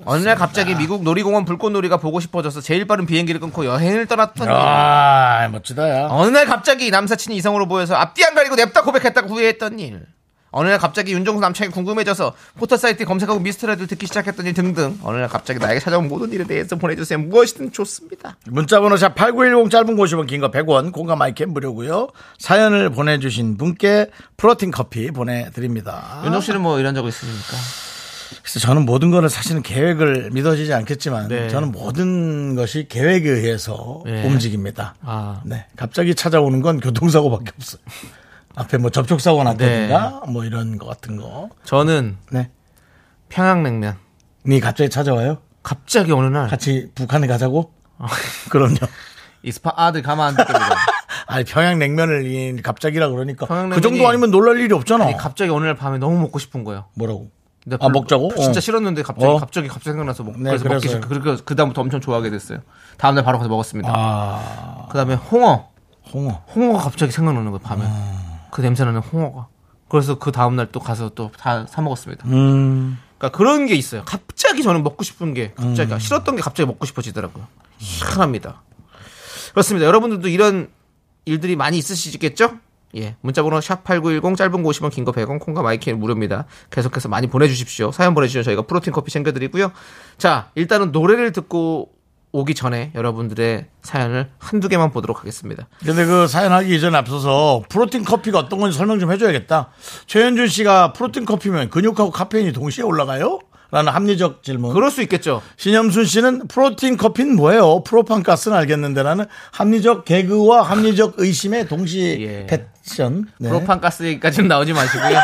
Speaker 7: 어느 날 갑자기 미국 놀이공원 불꽃놀이가 보고 싶어져서 제일 빠른 비행기를 끊고 여행을 떠났던 일.
Speaker 1: 아, 멋지다, 야.
Speaker 7: 어느 날 갑자기 남사친이 이성으로 보여서 앞뒤 안 가리고 냅다 고백했다고 후회했던 일. 어느 날 갑자기 윤종수 남창이 궁금해져서 포털 사이트 검색하고 미스터라디오 듣기 시작했던 일 등등 어느 날 갑자기 나에게 찾아온 모든 일에 대해서 보내주세요 무엇이든 좋습니다
Speaker 1: 문자번호 샵8910 짧은 50원, 긴 거 100원, 공감 마이크 무료고요 사연을 보내주신 분께 프로틴 커피 보내드립니다.
Speaker 7: 윤종 씨는 뭐 이런 적 있으십니까?
Speaker 1: 그래서 저는 모든 거를 사실은 계획을 믿어지지 않겠지만
Speaker 7: 네.
Speaker 1: 저는 모든 것이 계획에 의해서
Speaker 7: 네.
Speaker 1: 움직입니다.
Speaker 7: 아.
Speaker 1: 네. 갑자기 찾아오는 건 교통사고밖에 없어요. 앞에 뭐 접촉사고 났다든가
Speaker 7: 네.
Speaker 1: 뭐 이런 거 같은 거.
Speaker 7: 저는
Speaker 1: 네.
Speaker 7: 평양냉면
Speaker 1: 니 갑자기 찾아와요?
Speaker 7: 갑자기 어느 날
Speaker 1: 같이 북한에 가자고?
Speaker 7: 아.
Speaker 1: 그럼요.
Speaker 7: 이스파 아들 가만 안 듣겠다
Speaker 1: 아니 평양냉면을 이 갑자기라 그러니까
Speaker 7: 평양냉면이-
Speaker 1: 그 정도 아니면 놀랄 일이 없잖아.
Speaker 7: 아니 갑자기 어느 날 밤에 너무 먹고 싶은 거예요
Speaker 1: 뭐라고?
Speaker 7: 근데
Speaker 1: 아, 먹자고?
Speaker 7: 진짜
Speaker 1: 어.
Speaker 7: 싫었는데 갑자기
Speaker 1: 어.
Speaker 7: 갑자기 갑자기 생각나서 먹,
Speaker 1: 네,
Speaker 7: 그래서 먹기
Speaker 1: 그래서요.
Speaker 7: 싫 그러니까 그 다음부터 엄청 좋아하게 됐어요 다음날 바로 가서 먹었습니다
Speaker 1: 아.
Speaker 7: 그 다음에 홍어
Speaker 1: 홍어.
Speaker 7: 홍어가 갑자기 생각나는 거예요 밤에
Speaker 1: 아.
Speaker 7: 그 냄새나는 홍어가 그래서 그 다음날 또 가서 또 다 사 먹었습니다
Speaker 1: 음.
Speaker 7: 그러니까 그런 게 있어요 갑자기 저는 먹고 싶은 게 갑자기 싫었던 게 갑자기 먹고 싶어지더라고요 희한합니다 그렇습니다 여러분들도 이런 일들이 많이 있으시겠죠? 예, 문자번호 샵8910 짧은 거 50원 긴 거 100원 콩과 마이크는 무료입니다 계속해서 많이 보내주십시오 사연 보내주시면 저희가 프로틴 커피 챙겨드리고요 자 일단은 노래를 듣고 오기 전에 여러분들의 사연을 한두 개만 보도록 하겠습니다
Speaker 1: 근데 그 사연 하기 이전에 앞서서 프로틴 커피가 어떤 건지 설명 좀 해줘야겠다. 최현준 씨가 프로틴 커피면 근육하고 카페인이 동시에 올라가요? 라는 합리적 질문.
Speaker 7: 그럴 수 있겠죠
Speaker 1: 신영순 씨는 프로틴 커피는 뭐예요? 프로판 가스는 알겠는데 라는 합리적 개그와 합리적 의심의 동시
Speaker 7: 예.
Speaker 1: 패션. 네.
Speaker 7: 프로판 가스 얘기까지는 나오지 마시고요.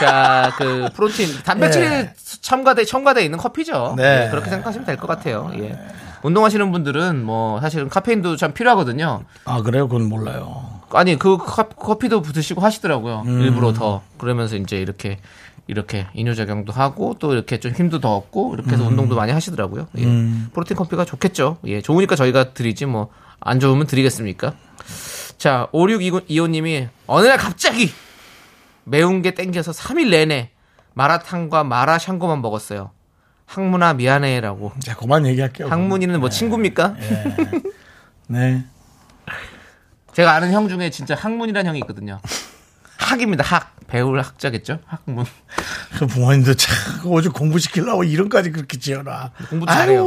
Speaker 7: 자, 그 프로틴 단백질
Speaker 1: 예.
Speaker 7: 첨가돼 첨가돼 있는 커피죠.
Speaker 1: 네.
Speaker 7: 예, 그렇게 생각하시면 될 것 같아요. 예. 운동하시는 분들은 뭐 사실은 카페인도 참 필요하거든요.
Speaker 1: 아, 그래요? 그건 몰라요.
Speaker 7: 아니 그 카- 커피도 드시고 하시더라고요. 일부러 더 그러면서 이제 이렇게 이렇게 이뇨작용도 하고 또 이렇게 좀 힘도 더 얻고 이렇게 해서 운동도 많이 하시더라고요. 예. 프로틴 커피가 좋겠죠. 예, 좋으니까 저희가 드리지 뭐 안 좋으면 드리겠습니까? 자, 5625님이 어느 날 갑자기 매운 게 땡겨서 3일 내내 마라탕과 마라샹궈만 먹었어요. 항문아 미안해라고.
Speaker 1: 자, 그만 얘기할게요.
Speaker 7: 항문이는 뭐 친구입니까?
Speaker 1: 네.
Speaker 7: 제가 아는 형 중에 진짜 학문이라는 형이 있거든요. 학입니다. 학. 배울 학자겠죠? 학문.
Speaker 1: 그 부모님도 참, 오죽 공부시키려고 이름까지 그렇게 지어라.
Speaker 7: 공부도 잘해요.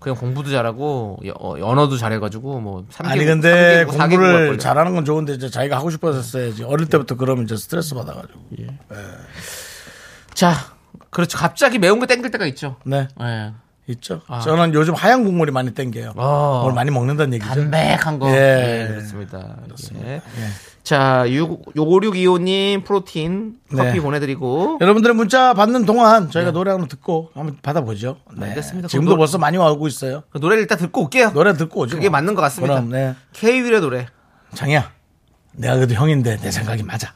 Speaker 7: 그냥 공부도 잘하고 여- 어, 언어도 잘해가지고 뭐 3개월,
Speaker 1: 아니 근데 공부를 잘하는 건 좋은데 이제 자기가 하고 싶어서 했어야지 어릴 때부터 그러면 이제 스트레스 받아가지고
Speaker 7: 예. 자 그렇죠. 갑자기 매운 거 땡길 때가 있죠.
Speaker 1: 네
Speaker 7: 예.
Speaker 1: 있죠 저는 요즘 하얀 국물이 많이 땡겨요
Speaker 7: 어.
Speaker 1: 뭘 많이 먹는다는 얘기죠
Speaker 7: 담백한 거.
Speaker 1: 예.
Speaker 7: 예, 그렇습니다. 예. 자, 5625님 프로틴 커피
Speaker 1: 네.
Speaker 7: 보내드리고. 네.
Speaker 1: 여러분들의 문자 받는 동안 저희가 노래 한번 듣고 한번 받아보죠 네.
Speaker 7: 알겠습니다.
Speaker 1: 지금도
Speaker 7: 그럼 노-
Speaker 1: 벌써 많이 와오고 있어요
Speaker 7: 그 노래를 일단 듣고 올게요.
Speaker 1: 노래 듣고 오죠
Speaker 7: 그게
Speaker 1: 뭐.
Speaker 7: 맞는 것 같습니다.
Speaker 1: 그럼 네
Speaker 7: 케이윌의 노래.
Speaker 1: 장이야 내가 그래도 형인데 내 생각이 맞아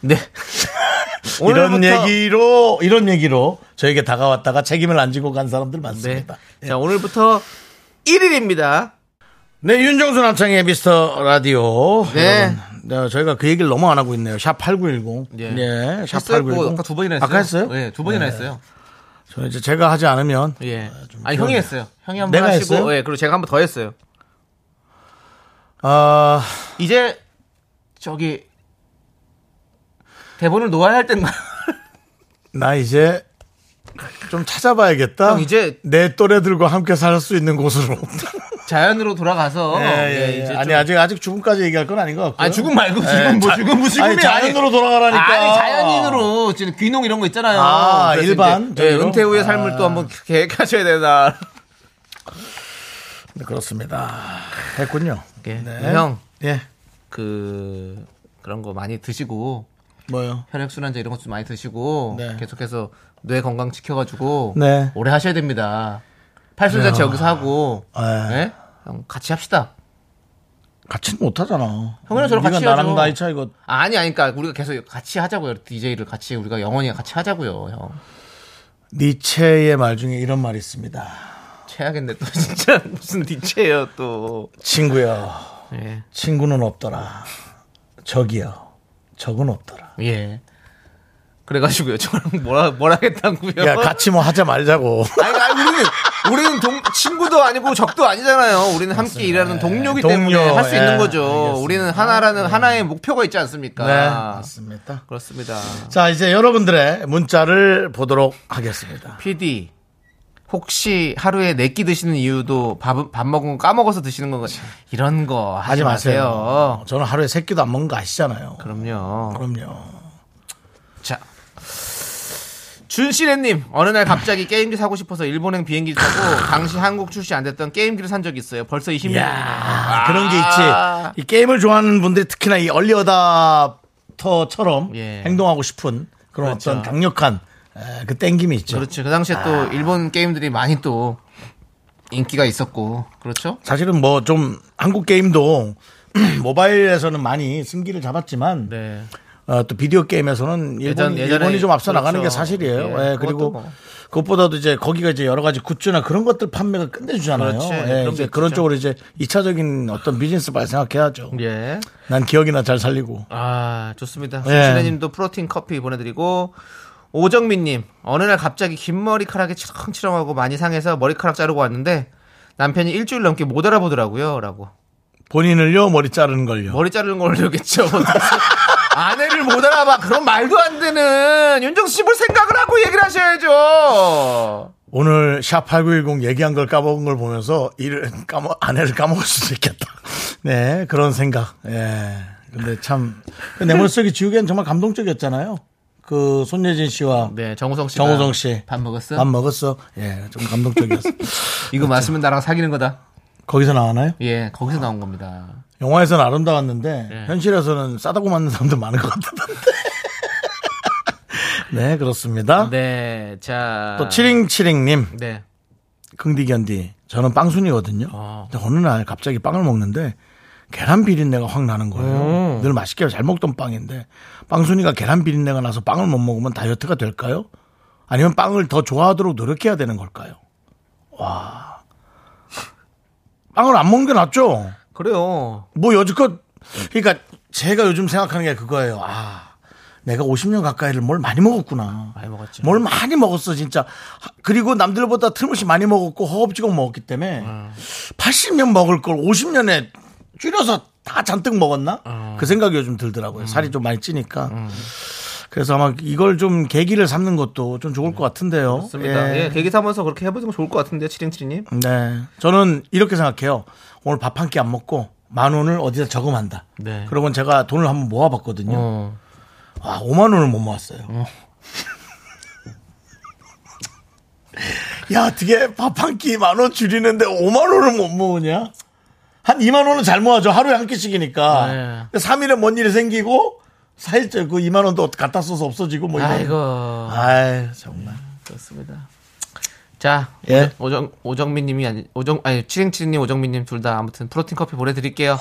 Speaker 7: 네.
Speaker 1: 이런
Speaker 7: 오늘부터-
Speaker 1: 얘기로 이런 얘기로 저에게 다가왔다가 책임을 안 지고 간 사람들
Speaker 7: 네.
Speaker 1: 많습니다 네.
Speaker 7: 자, 오늘부터 1일입니다.
Speaker 1: 네, 윤정수 남창의 미스터 라디오.
Speaker 7: 네.
Speaker 1: 여러분, 네, 저희가 그 얘기를 너무 안 하고 있네요. 샵8910.
Speaker 7: 예.
Speaker 1: 네. 예,
Speaker 7: 했어요? 뭐
Speaker 1: 샵8910.
Speaker 7: 아까 두 번이나 했어요.
Speaker 1: 아까 했어요?
Speaker 7: 예, 두 번이나 했어요.
Speaker 1: 저는 이제 제가 하지 않으면.
Speaker 7: 예.
Speaker 1: 좀
Speaker 7: 아니,
Speaker 1: 그러네요.
Speaker 7: 형이 했어요. 형이 한 번
Speaker 1: 내가
Speaker 7: 하시고,
Speaker 1: 했어요?
Speaker 7: 예, 그리고 제가 한 번 더 했어요.
Speaker 1: 아,
Speaker 7: 이제, 저기, 대본을 놓아야 할 때인가?
Speaker 1: 나 이제 좀 찾아봐야겠다.
Speaker 7: 형, 이제-
Speaker 1: 내 또래들과 함께 살 수 있는 곳으로.
Speaker 7: 자연으로 돌아가서
Speaker 1: 예,
Speaker 7: 예,
Speaker 1: 예,
Speaker 7: 이제
Speaker 1: 아니
Speaker 7: 좀-
Speaker 1: 아직 아직 죽음까지 얘기할 건 아닌 것 같고.
Speaker 7: 아 죽음 말고 지금 뭐 죽음 뭐 죽음이
Speaker 1: 아니 자연으로 돌아가라니까.
Speaker 7: 아니 자연인으로 지금 귀농 이런 거 있잖아요.
Speaker 1: 아,
Speaker 7: 그래서
Speaker 1: 일반?
Speaker 7: 이제, 예,
Speaker 1: 저기로?
Speaker 7: 은퇴 후의
Speaker 1: 아.
Speaker 7: 삶을 또 한번 계획하셔야 되나.
Speaker 1: 네, 그렇습니다. 했군요.
Speaker 7: 예.
Speaker 1: 네.
Speaker 7: 형,
Speaker 1: 예.
Speaker 7: 그 그런 거 많이 드시고
Speaker 1: 뭐요?
Speaker 7: 혈액 순환제 이런 것도 많이 드시고
Speaker 1: 네.
Speaker 7: 계속해서 뇌 건강 지켜가지고
Speaker 1: 네.
Speaker 7: 오래 하셔야 됩니다. 팔순자치 여기서 하고
Speaker 1: 예.
Speaker 7: 예? 형 같이 합시다.
Speaker 1: 같이 못 하잖아.
Speaker 7: 형이랑 저랑 같이
Speaker 1: 네가 나랑
Speaker 7: 해야죠.
Speaker 1: 나이 차이가
Speaker 7: 아니 아니 그러니까 우리가 계속 같이 하자고요. DJ를 같이 우리가 영원히 같이 하자고요, 형.
Speaker 1: 니체의 말 중에 이런 말이 있습니다.
Speaker 7: 최악인데 또 진짜 무슨 니체예요 또.
Speaker 1: 친구여,
Speaker 7: 예.
Speaker 1: 친구는 없더라. 적이여, 적은 없더라.
Speaker 7: 예. 그래가지고요. 저랑 뭐라 뭐라 했다고요.
Speaker 1: 야, 같이 뭐 하자 말자고.
Speaker 7: 아니, 아니 우리는 우리는 동, 친구도 아니고 적도 아니잖아요. 우리는 함께 일하는 예, 동료기 예.
Speaker 1: 동료,
Speaker 7: 때문에 할 수
Speaker 1: 예,
Speaker 7: 있는 거죠.
Speaker 1: 알겠습니다.
Speaker 7: 우리는 하나라는 하나의 목표가 있지 않습니까?
Speaker 1: 네, 맞습니다.
Speaker 7: 그렇습니다.
Speaker 1: 자, 이제 여러분들의 문자를 보도록 하겠습니다.
Speaker 7: PD 혹시 하루에 네 끼 드시는 이유도 밥, 밥 먹은 거 까먹어서 드시는 건가? 이런 거 하지,
Speaker 1: 하지 마세요.
Speaker 7: 마세요.
Speaker 1: 저는 하루에 세 끼도 안 먹는 거 아시잖아요.
Speaker 7: 그럼요.
Speaker 1: 그럼요.
Speaker 7: 자. 준씨네님 어느 날 갑자기 게임기 사고 싶어서 일본행 비행기 타고 당시 한국 출시 안 됐던 게임기를 산 적이 있어요. 벌써 20년.
Speaker 1: 야 그런 게
Speaker 7: 아.
Speaker 1: 있지. 이 게임을 좋아하는 분들이 특히나 이 얼리어답터처럼
Speaker 7: 예.
Speaker 1: 행동하고 싶은 그런
Speaker 7: 그렇죠.
Speaker 1: 어떤 강력한 에, 그 땡김이 있죠.
Speaker 7: 그렇죠. 그 당시에 또 일본 게임들이 많이 또 인기가 있었고 그렇죠.
Speaker 1: 사실은 뭐 좀 한국 게임도 모바일에서는 많이 승기를 잡았지만
Speaker 7: 네.
Speaker 1: 어, 또 비디오 게임에서는 일본,
Speaker 7: 예전- 예전에
Speaker 1: 일본이 좀 앞서 나가는 게
Speaker 7: 그렇죠.
Speaker 1: 사실이에요.
Speaker 7: 예,
Speaker 1: 예, 그리고
Speaker 7: 그것도 뭐.
Speaker 1: 그것보다도 이제 거기가 이제 여러 가지 굿즈나 그런 것들 판매가 끝내주잖아요.
Speaker 7: 그렇지.
Speaker 1: 예,
Speaker 7: 그런 게
Speaker 1: 이제 그런
Speaker 7: 있죠.
Speaker 1: 쪽으로 이제 이차적인 어떤 비즈니스 발 생각해야죠.
Speaker 7: 예.
Speaker 1: 난 기억이나 잘 살리고.
Speaker 7: 아 좋습니다.
Speaker 1: 예.
Speaker 7: 준신혜님도 프로틴 커피 보내드리고 오정민님 어느 날 갑자기 긴 머리카락이 치렁치렁하고 많이 상해서 머리카락 자르고 왔는데 남편이 일주일 넘게 못 알아보더라고요.라고
Speaker 1: 본인을요, 머리 자르는 걸요.
Speaker 7: 머리 자르는 걸모르겠죠 아내를 못 알아봐 그런 말도 안 되는 윤정수 씨볼 생각을 하고 얘기를 하셔야죠.
Speaker 1: 오늘 샵8910 얘기한 걸 까먹은 걸 보면서 일을 까먹, 아내를 까먹을 수도 있겠다. 네, 그런 생각. 예. 근데 참, 그내 머릿속에 지우개는 정말 감동적이었잖아요. 그 손예진 씨와
Speaker 7: 네 정우성 씨.
Speaker 1: 정우성 씨.
Speaker 7: 밥 먹었어?
Speaker 1: 밥 먹었어. 예, 좀 감동적이었어.
Speaker 7: 이거 맞으면 나랑 사귀는 거다.
Speaker 1: 거기서 나와나요?
Speaker 7: 예, 거기서 나온 겁니다.
Speaker 1: 영화에서는 아름다웠는데
Speaker 7: 네.
Speaker 1: 현실에서는 싸다고 맞는 사람도 많은 것 같던데. 네, 그렇습니다.
Speaker 7: 네, 자.
Speaker 1: 또 치링치링님.
Speaker 7: 네.
Speaker 1: 긍디견디 저는 빵순이거든요. 근데 어느 날 갑자기 빵을 먹는데 계란 비린내가 확 나는
Speaker 7: 음.
Speaker 1: 거예요. 늘 맛있게 잘 먹던 빵인데 빵순이가 계란 비린내가 나서 빵을 못 먹으면 다이어트가 될까요? 아니면 빵을 더 좋아하도록 노력해야 되는 걸까요? 와 빵을 안 먹는 게 낫죠.
Speaker 7: 그래요.
Speaker 1: 뭐 여지껏 그러니까 제가 요즘 생각하는 게 그거예요. 아 내가 50년 가까이를 뭘 많이 먹었구나.
Speaker 7: 많이 먹었죠.
Speaker 1: 뭘 많이 먹었어 진짜. 하- 그리고 남들보다 틀림없이 많이 먹었고 허겁지겁 먹었기 때문에
Speaker 7: 어.
Speaker 1: 80년 먹을 걸 50년에 줄여서 다 잔뜩 먹었나?
Speaker 7: 어.
Speaker 1: 그 생각이 요즘 들더라고요.
Speaker 7: 음.
Speaker 1: 살이 좀 많이 찌니까. 그래서 아마 이걸 좀 계기를 삼는 것도 좀 좋을 것 같은데요.
Speaker 7: 맞습니다. 예.
Speaker 1: 예.
Speaker 7: 계기 삼아서 그렇게 해보는 거 좋을 것 같은데요, 치링치링님.
Speaker 1: 네. 저는 이렇게 생각해요. 오늘 밥 한 끼 안 먹고 만 원을 어디다 저금한다.
Speaker 7: 네.
Speaker 1: 그러고 제가 돈을 한번 모아봤거든요.
Speaker 7: 어.
Speaker 1: 아, 5만 원을 못 모았어요. 야, 어떻게 밥 한 끼 만 원 줄이는데 5만 원을 못 모으냐? 한 2만 원은 잘 모아줘. 하루에 한
Speaker 7: 네.
Speaker 1: 끼씩이니까. 3일에 뭔 일이 생기고 4일째 그 2만 원도 갖다 써서 없어지고 뭐 이런.
Speaker 7: 아이고.
Speaker 1: 아이, 정말.
Speaker 7: 그렇습니다. 자,
Speaker 1: 예.
Speaker 7: 오정, 오정민 님이 아니, 오정, 아니, 치링치링님, 오정민 님 둘 다 아무튼 프로틴 커피 보내드릴게요.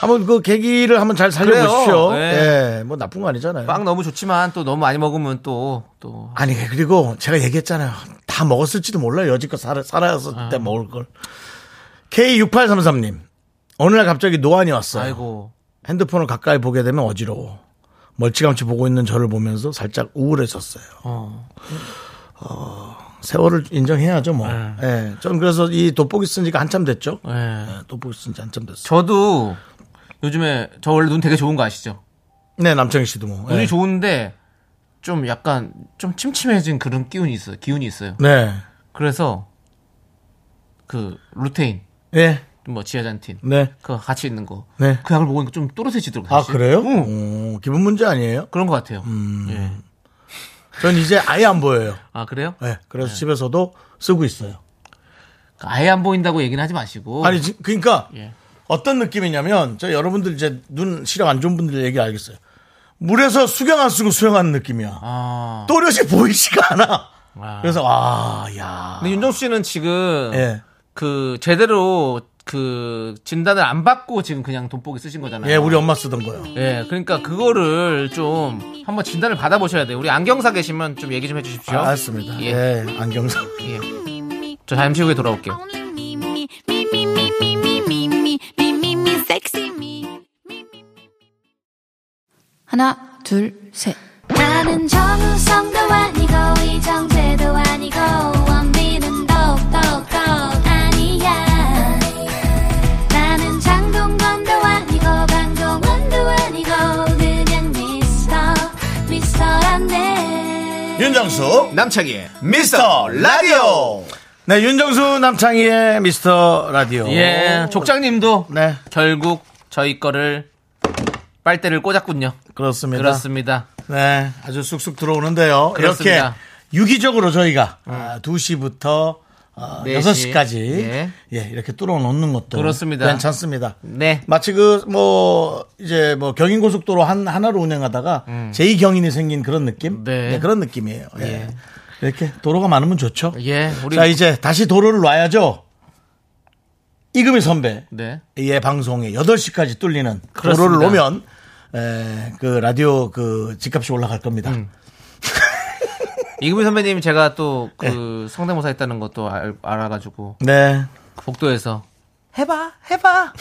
Speaker 1: 한번 그 계기를 한번 잘 살려보십시오.
Speaker 7: 그래요.
Speaker 1: 예.
Speaker 7: 네.
Speaker 1: 뭐 나쁜 거 아니잖아요.
Speaker 7: 빵 너무 좋지만 또 너무 많이 먹으면 또, 또.
Speaker 1: 아니 그리고 제가 얘기했잖아요. 다 먹었을지도 몰라요. 여지껏 살아, 살아서 그때 먹을 걸. K6833님 어느 날 갑자기 노안이 왔어요.
Speaker 7: 아이고.
Speaker 1: 핸드폰을 가까이 보게 되면 어지러워. 멀찌감치 보고 있는 저를 보면서 살짝 우울해졌어요. 어,
Speaker 7: 어.
Speaker 1: 세월을 인정해야죠 뭐.
Speaker 7: 네.
Speaker 1: 예. 전 그래서 이 돋보기 쓴 지가 한참 됐죠.
Speaker 7: 예.
Speaker 1: 예, 돋보기 쓴 지 한참 됐어요.
Speaker 7: 저도 요즘에 저 원래 눈 되게 좋은 거 아시죠?
Speaker 1: 네 남창희 씨도 뭐.
Speaker 7: 눈이
Speaker 1: 예.
Speaker 7: 좋은데 좀 약간 좀 침침해진 그런 기운이 있어요. 기운이 있어요.
Speaker 1: 네.
Speaker 7: 그래서 그 루테인
Speaker 1: 예.
Speaker 2: 뭐 지하잔틴.
Speaker 1: 네.
Speaker 2: 그거 같이 있는 거.
Speaker 1: 네.
Speaker 2: 그 약을 먹으니까 좀 또렷해지더라고요.
Speaker 1: 아
Speaker 2: 다시.
Speaker 1: 그래요? 어, 기분 문제 아니에요? 음.
Speaker 2: 그런 것 같아요. 예.
Speaker 1: 전 이제 아예 안 보여요.
Speaker 2: 아 그래요?
Speaker 1: 네, 그래서 집에서도 쓰고 있어요.
Speaker 2: 아예 안 보인다고 얘기는 하지 마시고.
Speaker 1: 아니 지- 그러니까
Speaker 2: 예.
Speaker 1: 어떤 느낌이냐면 저 여러분들 이제 눈 시력 안 좋은 분들 얘기 알겠어요. 물에서 수경 안 쓰고 수영하는 느낌이야.
Speaker 2: 아.
Speaker 1: 또렷이 보이지가 않아.
Speaker 2: 아.
Speaker 1: 그래서 아, 야.
Speaker 2: 근데 윤정수 씨는 지금
Speaker 1: 예.
Speaker 2: 그 제대로 그 진단을 안 받고 지금 그냥 돈복이 쓰신 거잖아요.
Speaker 1: 예, 우리 엄마 쓰던 거요.
Speaker 2: 예, 그러니까 그거를 좀 한번 진단을 받아보셔야 돼요. 우리 안경사 계시면 좀 얘기 좀 해주십시오.
Speaker 1: 아, 알았습니다.
Speaker 2: 예.
Speaker 1: 예, 안경사.
Speaker 2: 예. 저 잠시 후에 돌아올게요.
Speaker 8: 하나, 둘, 셋.
Speaker 6: 나는 정우성도 아니고 이정재도 아니고 원빈은 더욱더 아니야 나는 장동건도 아니고 강동원도 아니고 그냥 미스터 미스터란데
Speaker 1: 윤정수
Speaker 2: 남창희의
Speaker 1: 미스터 라디오. 네, 윤정수 남창희의 미스터 라디오.
Speaker 2: 예, 족장님도
Speaker 1: 네,
Speaker 2: 결국 저희 거를 빨대를 꽂았군요.
Speaker 1: 그렇습니다.
Speaker 2: 그렇습니다.
Speaker 1: 네, 아주 쑥쑥 들어오는데요.
Speaker 2: 그렇습니다. 어.
Speaker 1: 이렇게 유기적으로 저희가 아, 2시부터 어,
Speaker 2: 네 시.
Speaker 1: 6시까지
Speaker 2: 예.
Speaker 1: 예. 이렇게 뚫어 놓는 것도
Speaker 2: 그렇습니다.
Speaker 1: 괜찮습니다.
Speaker 2: 네.
Speaker 1: 마치 그 뭐 이제 뭐 경인 고속도로 한 하나로 운행하다가 제2 경인이 생긴 그런 느낌?
Speaker 2: 음. 네.
Speaker 1: 그런 느낌이에요. 예. 이렇게 도로가 많으면 좋죠.
Speaker 2: 예, 우리
Speaker 1: 자, 이제 다시 도로를 놔야죠. 이금희 선배.
Speaker 2: 네.
Speaker 1: 예 방송에 8시까지 뚫리는
Speaker 2: 그렇습니다.
Speaker 1: 도로를 오면 에, 그 라디오 그 집값이 올라갈 겁니다.
Speaker 2: 음. 이금희 선배님 제가 또 그 성대모사 했다는 것도 알, 아가지고
Speaker 1: 네.
Speaker 2: 복도에서 해봐 해봐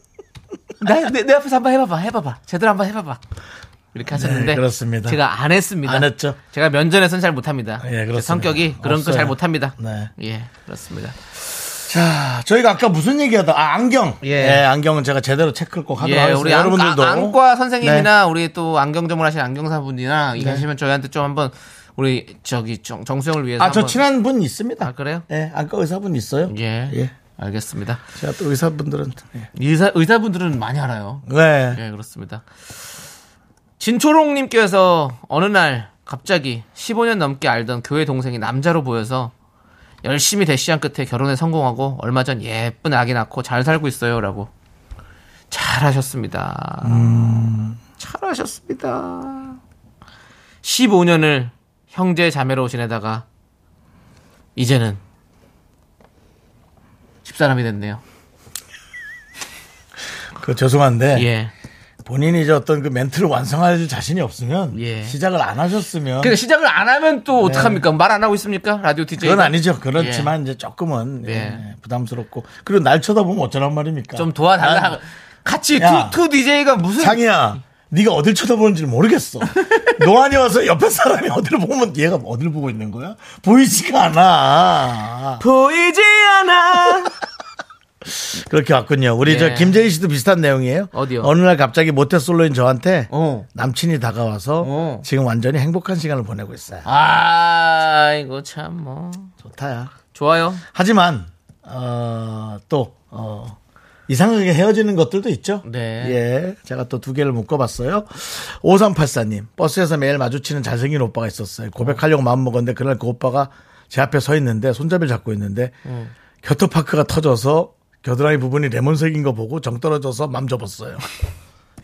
Speaker 2: 나, 내, 내 앞에서 한번 해봐봐 해봐봐 제대로 한번 해봐봐 이렇게 하셨는데
Speaker 1: 네, 그렇습니다.
Speaker 2: 제가 안 했습니다
Speaker 1: 안 했죠.
Speaker 2: 제가 면전에서는 잘 못합니다
Speaker 1: 예, 그렇습니다.
Speaker 2: 제 성격이 그런 거 잘
Speaker 1: 없어요.
Speaker 2: 못합니다
Speaker 1: 네.
Speaker 2: 예 그렇습니다
Speaker 1: 자, 저희가 아까 무슨 얘기하다. 아, 안경.
Speaker 2: 예.
Speaker 1: 예. 안경은 제가 제대로 체크를 꼭 하도록
Speaker 2: 예
Speaker 1: 하겠습니다.
Speaker 2: 우리
Speaker 1: 여러분들도 네.
Speaker 2: 안과, 안과 선생님이나 우리 또 안경 전문 하시는 안경사분이나 이하시면 저희한테 좀 한번 우리 저기 정, 정수영을 위해서
Speaker 1: 아, 저
Speaker 2: 한번-
Speaker 1: 친한 분 있습니다.
Speaker 2: 아 그래요
Speaker 1: 예, 안과 의사분 있어요?
Speaker 2: 예, 알겠습니다
Speaker 1: 제가 또 의사분들은 예.
Speaker 2: 의사 의사분들은 많이 알아요
Speaker 1: 네.
Speaker 2: 예, 그렇습니다. 진초롱님께서 어느 날 갑자기 15년 넘게 알던 교회 동생이 남자로 보여서 열심히 대시한 끝에 결혼에 성공하고 얼마 전 예쁜 아기 낳고 잘 살고 있어요라고 잘하셨습니다. 잘하셨습니다. 15년을 형제 자매로 지내다가 이제는 집사람이 됐네요.
Speaker 1: 그 죄송한데
Speaker 2: 예.
Speaker 1: 본인이 이제 어떤 그 멘트를 완성할 자신이 없으면
Speaker 2: 예. 그러니까
Speaker 1: 시작을 안 하셨으면
Speaker 2: 근데 시작을 안 하면 또 어떡합니까? 말 안 하고 있습니까? 라디오 DJ.
Speaker 1: 그건 아니죠. 그렇지만 이제 조금은 예,
Speaker 2: 예.
Speaker 1: 부담스럽고 그리고 날 쳐다보면 어쩌란 말입니까?
Speaker 2: 좀 도와달라.
Speaker 1: 난
Speaker 2: 같이
Speaker 1: 야.
Speaker 2: 투, 투 DJ가 무슨.
Speaker 1: 상이야. 네가 어딜 쳐다보는지 모르겠어. 노안이 와서 옆에 사람이 어딜 보면 얘가 어딜 보고 있는 거야? 보이지가 않아.
Speaker 2: 보이지 않아.
Speaker 1: 그렇게 왔군요. 우리
Speaker 2: 예.
Speaker 1: 저 김재희 씨도 비슷한 내용이에요.
Speaker 2: 어디요?
Speaker 1: 어느 날 갑자기 모태 솔로인 저한테
Speaker 2: 어.
Speaker 1: 남친이 다가와서
Speaker 2: 어.
Speaker 1: 지금 완전히 행복한 시간을 보내고 있어요.
Speaker 2: 아, 이거 참 뭐.
Speaker 1: 좋다야.
Speaker 2: 좋아요.
Speaker 1: 하지만 어, 또 어, 이상하게 헤어지는 것들도 있죠.
Speaker 2: 네.
Speaker 1: 예, 제가 또 두 개를 묶어봤어요. 5384님 버스에서 매일 마주치는 잘생긴 오빠가 있었어요. 고백하려고 마음 먹었는데 그날 그 오빠가 제 앞에 서 있는데 손잡이를 잡고 있는데 겨터파크가 터져서 겨드랑이 부분이 레몬색인 거 보고 정 떨어져서 맘 접었어요.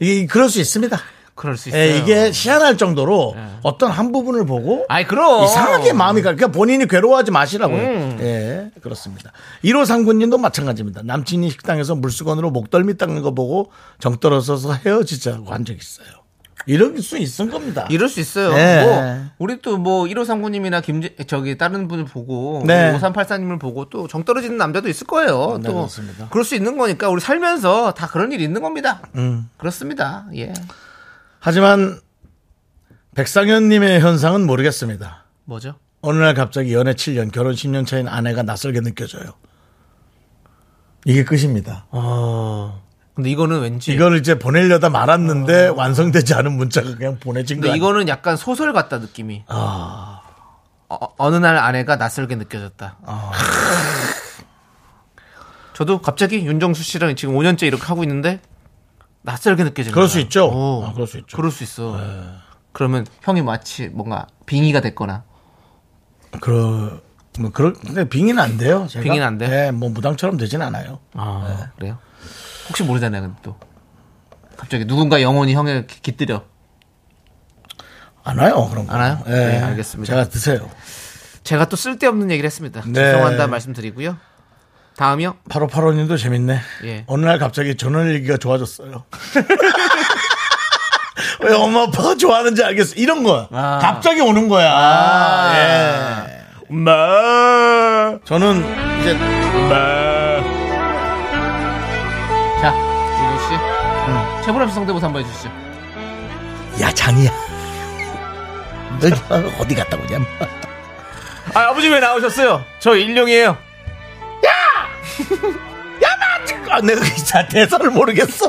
Speaker 1: 이게 그럴 수 있습니다.
Speaker 2: 그럴 수 있어요. 예.
Speaker 1: 예, 이게 희한할 정도로 어떤 한 부분을 보고
Speaker 2: 아이, 그럼. 음.
Speaker 1: 이상하게 마음이 가. 그러니까 본인이 괴로워하지 마시라고요. 예, 그렇습니다. 1호 상군님도 마찬가지입니다. 남친이 식당에서 물수건으로 목덜미 닦는 거 보고 정 떨어져서 헤어지자고 한 적 있어요. 이럴 수 있은 겁니다.
Speaker 2: 이럴 수 있어요.
Speaker 1: 예.
Speaker 2: 뭐, 우리 또 뭐, 1539님이나 김재, 저기, 다른 분을 보고,
Speaker 1: 네.
Speaker 2: 5384님을 보고, 또 정 떨어지는 남자도 있을 거예요.
Speaker 1: 네,
Speaker 2: 또.
Speaker 1: 그렇습니다.
Speaker 2: 그럴 수 있는 거니까, 우리 살면서 다 그런 일이 있는 겁니다. 그렇습니다. 예.
Speaker 1: 하지만 백상현님의 현상은 모르겠습니다.
Speaker 2: 뭐죠?
Speaker 1: 어느 날 갑자기 연애 7년, 결혼 10년 차인 아내가 낯설게 느껴져요. 이게 끝입니다.
Speaker 2: 어. 근데 이거는
Speaker 7: 예.
Speaker 2: 왠지.
Speaker 1: 이걸 이제 보내려다 말았는데
Speaker 7: 아.
Speaker 1: 완성되지 않은 문자가 그냥 보내진
Speaker 2: 근데
Speaker 1: 거예요.
Speaker 2: 이거는 약간 소설 같다 느낌이. 아. 어, 어느 날 아내가 낯설게 느껴졌다.
Speaker 7: 저도 갑자기 윤정수 씨랑 지금 5년째 이렇게 하고 있는데 낯설게 느껴지는
Speaker 1: 그럴 수
Speaker 7: 거야.
Speaker 1: 있죠. 네.
Speaker 7: 어,
Speaker 1: 아, 그럴 수 있죠.
Speaker 7: 그럴 수 있어. 그러면 형이 마치 뭔가 빙의가 됐거나
Speaker 1: 그러 뭐 그런 근데 빙의는 안 돼요. 제가.
Speaker 7: 빙의는 안 돼요?
Speaker 1: 예, 뭐 무당처럼 되진 않아요.
Speaker 7: 아, 그래요? 혹시 모르잖아요, 근데 또. 갑자기 누군가 영혼이 형에 기- 깃들여.
Speaker 1: 안 와요 그런 거.
Speaker 7: 안 와요?
Speaker 1: 예,
Speaker 7: 네, 알겠습니다.
Speaker 1: 제가 드세요.
Speaker 7: 제가 또 쓸데없는 얘기를 했습니다.
Speaker 1: 네.
Speaker 7: 죄송한다 말씀드리고요. 다음이요?
Speaker 1: 8585님도 재밌네.
Speaker 7: 예.
Speaker 1: 어느 날 갑자기 전원 일기가 좋아졌어요. 왜 엄마 아빠가 좋아하는지 알겠어. 이런 거야.
Speaker 7: 아.
Speaker 1: 갑자기 오는 거야. 예. 엄마. 저는 이제
Speaker 7: 자, 음. 유준 씨. 최불암 씨 성대모사 한번 해주시죠.
Speaker 1: 야 장이야. 너 어디 갔다 오냐?
Speaker 7: 아, 아버지 왜 나오셨어요? 저 일룡이에요.
Speaker 1: 아, 내가 진짜 대사를 모르겠어.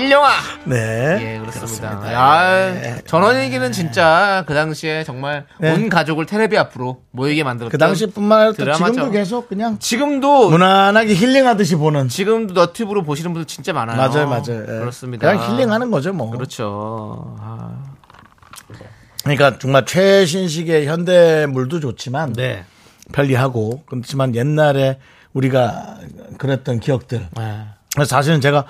Speaker 7: 일룡아!
Speaker 1: 네.
Speaker 7: 예, 그렇습니다. 아, 전원일기는 진짜 그 당시에 정말
Speaker 1: 네.
Speaker 7: 온 가족을 테레비 앞으로 모이게 만들었던
Speaker 1: 그 당시뿐만 아니라 또
Speaker 7: 드라마죠.
Speaker 1: 지금도 계속 그냥
Speaker 7: 지금도
Speaker 1: 무난하게 힐링하듯이 보는.
Speaker 7: 지금도 너튜브로 보시는 분들 진짜 많아요. 네.
Speaker 1: 맞아요, 맞아요. 예.
Speaker 7: 그렇습니다.
Speaker 1: 그냥 힐링하는 거죠, 뭐.
Speaker 7: 그렇죠. 아,
Speaker 1: 그러니까 정말 최신식의 현대물도 좋지만
Speaker 7: 네.
Speaker 1: 편리하고 그렇지만 옛날에 우리가 그랬던 기억들.
Speaker 7: 네.
Speaker 1: 그래서 사실은 제가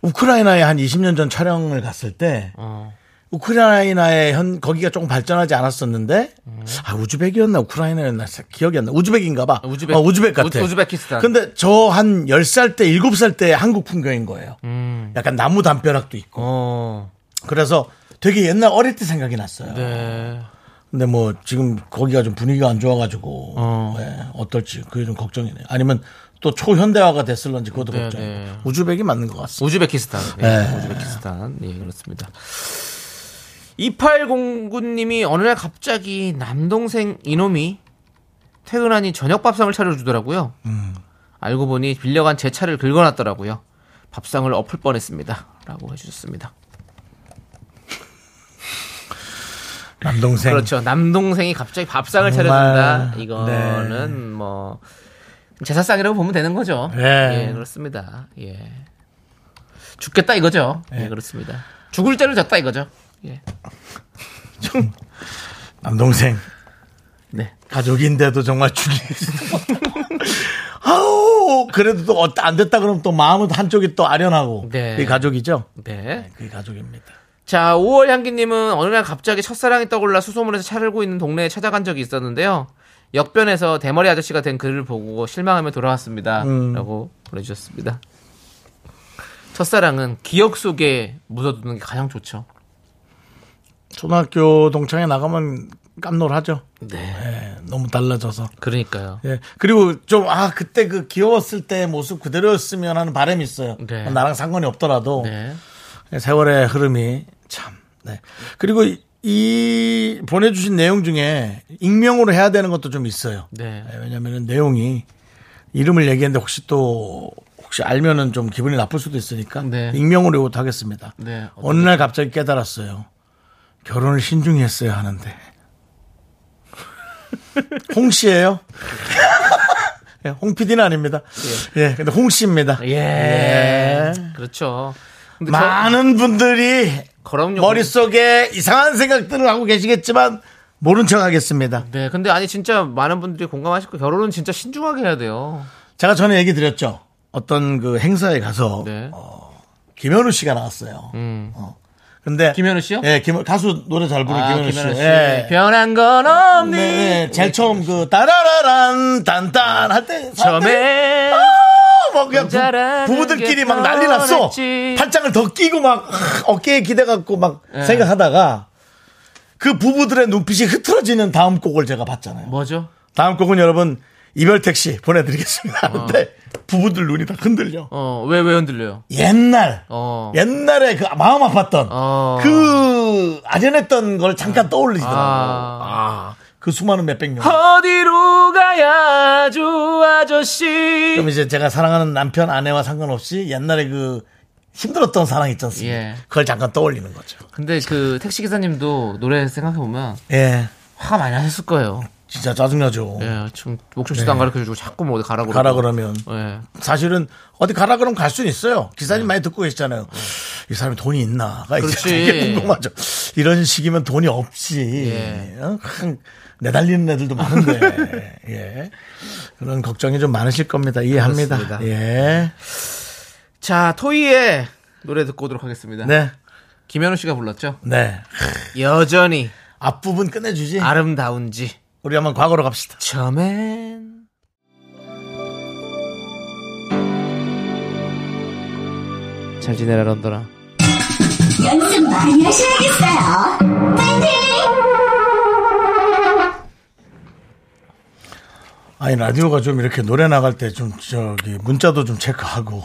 Speaker 1: 우크라이나에 한 20년 전 촬영을 갔을 때
Speaker 7: 어.
Speaker 1: 우크라이나의 현 거기가 조금 발전하지 않았었는데
Speaker 7: 음.
Speaker 1: 아 우즈벡이었나 우크라이나였나 기억이 안 나. 우즈벡인가 봐.
Speaker 7: 우즈벡.
Speaker 1: 어, 우즈벡 같아.
Speaker 7: 우- 우즈베키스탄.
Speaker 1: 근데 저 한 10살 때 7살 때 한국 풍경인 거예요.
Speaker 7: 음.
Speaker 1: 약간 나무 담벼락도 있고.
Speaker 7: 어.
Speaker 1: 그래서 되게 옛날 어릴 때 생각이 났어요.
Speaker 7: 네.
Speaker 1: 근데 뭐 지금 거기가 좀 분위기가 안 좋아가지고
Speaker 7: 어.
Speaker 1: 어. 떨지 그게 좀 걱정이네요. 아니면 또 초현대화가 됐을런지 그것도
Speaker 7: 네,
Speaker 1: 걱정이에요.
Speaker 7: 네.
Speaker 1: 우즈벡이 맞는 것 같습니다.
Speaker 7: 우즈베키스탄. 예,
Speaker 1: 네.
Speaker 7: 우즈베키스탄. 예, 그렇습니다. 2809님이 어느 날 갑자기 남동생 이놈이 퇴근하니 저녁 밥상을 차려주더라고요. 알고 보니 빌려간 제 차를 긁어놨더라고요. 밥상을 엎을 뻔했습니다. 라고 해주셨습니다.
Speaker 1: 남동생.
Speaker 7: 그렇죠. 남동생이 갑자기 밥상을
Speaker 1: 정말,
Speaker 7: 차려준다. 이거는 뭐 제사상이라고 보면 되는 거죠.
Speaker 1: 네.
Speaker 7: 예, 그렇습니다. 예. 죽겠다 이거죠. 예, 그렇습니다. 죽을 죄를 졌다 이거죠. 예.
Speaker 1: 남동생.
Speaker 7: 네.
Speaker 1: 가족인데도 정말 죽이. 아우 그래도 또 안 됐다 그러면 또 마음은 한쪽이 또 아련하고
Speaker 7: 네.
Speaker 1: 그게 가족이죠.
Speaker 7: 네.
Speaker 1: 그게 가족입니다.
Speaker 7: 자, 5월 향기님은 어느 날 갑자기 첫사랑이 떠올라 수소문에서 차를 고 있는 동네에 찾아간 적이 있었는데요. 역변에서 대머리 아저씨가 된 글을 보고 실망하며 돌아왔습니다. 라고 보내주셨습니다. 첫사랑은 기억 속에 묻어두는 게 가장 좋죠.
Speaker 1: 초등학교 동창회 나가면 깜놀하죠.
Speaker 7: 네.
Speaker 1: 예, 너무 달라져서.
Speaker 7: 그러니까요.
Speaker 1: 예. 그리고 좀, 아, 그때 그 귀여웠을 때 모습 그대로였으면 하는 바람이 있어요.
Speaker 7: 네.
Speaker 1: 나랑 상관이 없더라도.
Speaker 7: 네.
Speaker 1: 세월의 흐름이 참. 네. 그리고 이- 이 보내주신 내용 중에 익명으로 해야 되는 것도 좀 있어요.
Speaker 7: 네.
Speaker 1: 왜냐하면 내용이 이름을 얘기했는데 혹시 또 혹시 알면은 좀 기분이 나쁠 수도 있으니까
Speaker 7: 네.
Speaker 1: 익명으로 요구도 하겠습니다.
Speaker 7: 네.
Speaker 1: 어느 날 갑자기 깨달았어요. 결혼을 신중히 했어야 하는데. 홍 씨예요? 예, 홍 PD는 아닙니다. 예, 근데 홍 씨입니다.
Speaker 7: 예. 그렇죠. 근데 저-
Speaker 1: 많은 분들이
Speaker 7: 그럼요.
Speaker 1: 머릿속에 이상한 생각들을 하고 계시겠지만 모른 척 하겠습니다.
Speaker 7: 네. 근데 아니 진짜 많은 분들이 공감하실 거 결혼은 진짜 신중하게 해야 돼요.
Speaker 1: 제가 전에 얘기 드렸죠. 어떤 그 행사에 가서
Speaker 7: 네.
Speaker 1: 김현우 씨가 나왔어요. 어. 근데
Speaker 7: 음. 김현우 씨요?
Speaker 1: 예, 김- 가수 노래 잘 부르는
Speaker 7: 아,
Speaker 1: 김현우,
Speaker 7: 김연아
Speaker 1: 씨.
Speaker 7: 씨.
Speaker 1: 예.
Speaker 7: 변한 건 없니?
Speaker 1: 네, 제일 처음 그 따라라란 딴딴 할때
Speaker 7: 처음에
Speaker 1: 뭐 그냥
Speaker 7: 혼자라는
Speaker 1: 부, 부들끼리
Speaker 7: 게
Speaker 1: 막 난리 났어.
Speaker 7: 변했지.
Speaker 1: 팔짱을 더 끼고 막 하, 어깨에 기대갖고 막
Speaker 7: 예.
Speaker 1: 생각하다가 그 부부들의 눈빛이 흐트러지는 다음 곡을 제가 봤잖아요.
Speaker 7: 뭐죠?
Speaker 1: 다음 곡은 여러분 이별 택시 보내드리겠습니다. 근데 부부들 눈이 다 흔들려.
Speaker 7: 어, 왜, 왜 흔들려요?
Speaker 1: 옛날
Speaker 7: 어.
Speaker 1: 옛날에 그 마음 아팠던
Speaker 7: 어.
Speaker 1: 그 아련했던 걸 잠깐 떠올리시더라고. 요
Speaker 7: 아.
Speaker 1: 아그 수많은 몇백 명.
Speaker 7: 어디로 가야죠, 아저씨?
Speaker 1: 그럼 이제 제가 사랑하는 남편 아내와 상관없이 옛날에 그 힘들었던 사랑 있지 않습니까?
Speaker 7: 예.
Speaker 1: 그걸 잠깐 떠올리는 거죠.
Speaker 7: 근데 그 택시기사님도 노래 생각해보면
Speaker 1: 예.
Speaker 7: 화가 많이 나셨을 거예요. 네,
Speaker 1: 진짜 짜증나죠.
Speaker 2: 예, 지금 목적지도 안 가르쳐 주고 자꾸 뭐 어디 가라고.
Speaker 1: 가라
Speaker 2: 그러고.
Speaker 1: 그러면
Speaker 2: 예.
Speaker 1: 사실은 어디 가라 그러면 갈 수는 있어요. 기사님 많이 듣고 계시잖아요. 이 사람이 돈이 있나가 이제
Speaker 2: 예. 그렇지.
Speaker 1: 되게 궁금하죠. 이런 식이면 돈이 없지.
Speaker 2: 예.
Speaker 1: 어? 큰 내달리는 애들도 많은데. 예. 그런 걱정이 좀 많으실 겁니다. 이해합니다.
Speaker 2: 그렇습니다.
Speaker 1: 예.
Speaker 2: 자, 토이의 노래 듣고 오도록 하겠습니다.
Speaker 1: 네.
Speaker 2: 김현우 씨가 불렀죠?
Speaker 1: 네.
Speaker 2: 여전히
Speaker 1: 앞부분 끝내주지.
Speaker 2: 아름다운지.
Speaker 1: 우리 한번 과거로 갑시다.
Speaker 2: 처음엔 잘 지내라 런더라.
Speaker 9: 연습 많이 하셔야겠어요. 파이팅!
Speaker 1: 아니 라디오가 좀 이렇게 노래 나갈 때 좀 저기 문자도 좀 체크하고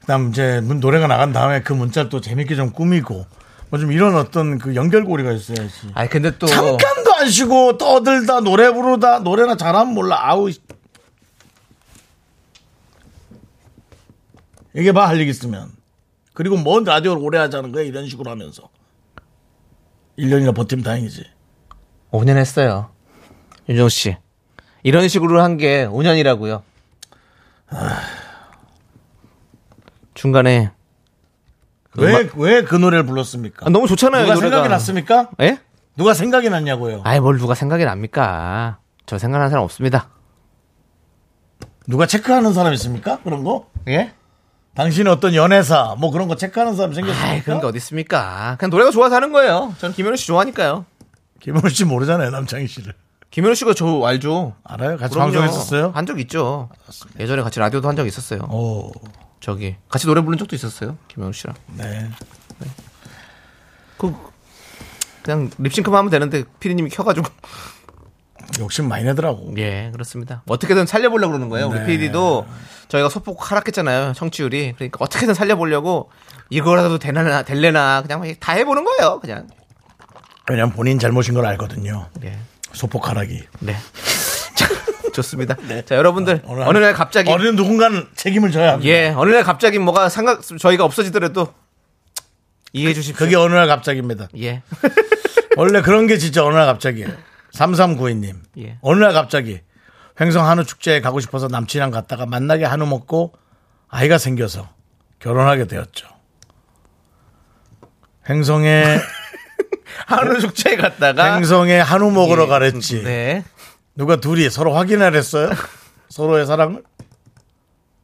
Speaker 1: 그다음 이제 문- 노래가 나간 다음에 그 문자를 또 재밌게 좀 꾸미고 뭐 좀 이런 어떤 그 연결고리가 있어야지.
Speaker 2: 아 근데 또
Speaker 1: 잠깐도 안 쉬고 떠들다 노래 부르다 노래나 잘하면 몰라 아우 이게 봐 할 일 있으면 그리고 뭔 라디오를 오래 하자는 거야 이런 식으로 하면서 1년이나 버티면 다행이지
Speaker 2: 5년 했어요. 윤정 씨. 이런 식으로 한 게 5년이라고요. 중간에
Speaker 1: 왜 왜 그 노래를 불렀습니까
Speaker 2: 아, 너무 좋잖아요.
Speaker 1: 누가
Speaker 2: 이 노래가.
Speaker 1: 생각이 났습니까
Speaker 2: 예?
Speaker 1: 누가 생각이 났냐고요
Speaker 2: 아이 뭘 누가 생각이 납니까? 저 생각하는 사람 없습니다.
Speaker 1: 누가 체크하는 사람 있습니까 그런 거 예? 당신의 어떤 연애사 뭐 그런 거 체크하는 사람 생겼습니까
Speaker 2: 아이 그런 게 어디 있습니까? 그냥 노래가 좋아서 하는 거예요. 저는 김현우 씨 좋아하니까요.
Speaker 1: 김원우 씨 모르잖아요 남창희 씨를
Speaker 2: 김현우 씨가 저 알죠.
Speaker 1: 알아요 같이
Speaker 2: 그럼요.
Speaker 1: 방송했었어요
Speaker 2: 한 적 있죠. 예전에 같이 라디오도 한 적 있었어요.
Speaker 1: 오
Speaker 2: 저기 같이 노래 부른 적도 있었어요. 김현우 씨랑.
Speaker 1: 네.
Speaker 2: 그 그냥 립싱크만 하면 되는데 피디님이 켜가지고
Speaker 1: 욕심 많이 내더라고.
Speaker 2: 예 그렇습니다. 어떻게든 살려보려고 그러는 거예요. 우리 피디도 저희가 소폭 하락했잖아요. 청취율이 그러니까 어떻게든 살려보려고 이거라도 되나 될래나 그냥 다 해보는 거예요. 그냥
Speaker 1: 왜냐면 본인 잘못인 걸 알거든요.
Speaker 2: 예.
Speaker 1: 소폭하라기.
Speaker 2: 네. 자, 좋습니다. 자, 여러분들
Speaker 1: 오늘
Speaker 2: 어느 날 갑자기
Speaker 1: 어느 누군가는 책임을 져야 합니다.
Speaker 2: 예, 어느 날 갑자기 뭐가 생각 저희가 없어지더라도 이해해 주십시오.
Speaker 1: 그게 어느 날 갑자기입니다.
Speaker 2: 예.
Speaker 1: 원래 그런 게 진짜 어느 날 갑자기예요. 3392님.
Speaker 2: 예.
Speaker 1: 어느 날 갑자기 횡성 한우 축제에 가고 싶어서 남친이랑 갔다가 만나게 한우 먹고 아이가 생겨서 결혼하게 되었죠. 횡성에
Speaker 2: 한우 축제에 갔다가
Speaker 1: 횡성에 한우 먹으러 가랬지.
Speaker 2: 예. 네.
Speaker 1: 누가 둘이 서로 확인하랬어요? 서로의 사랑을?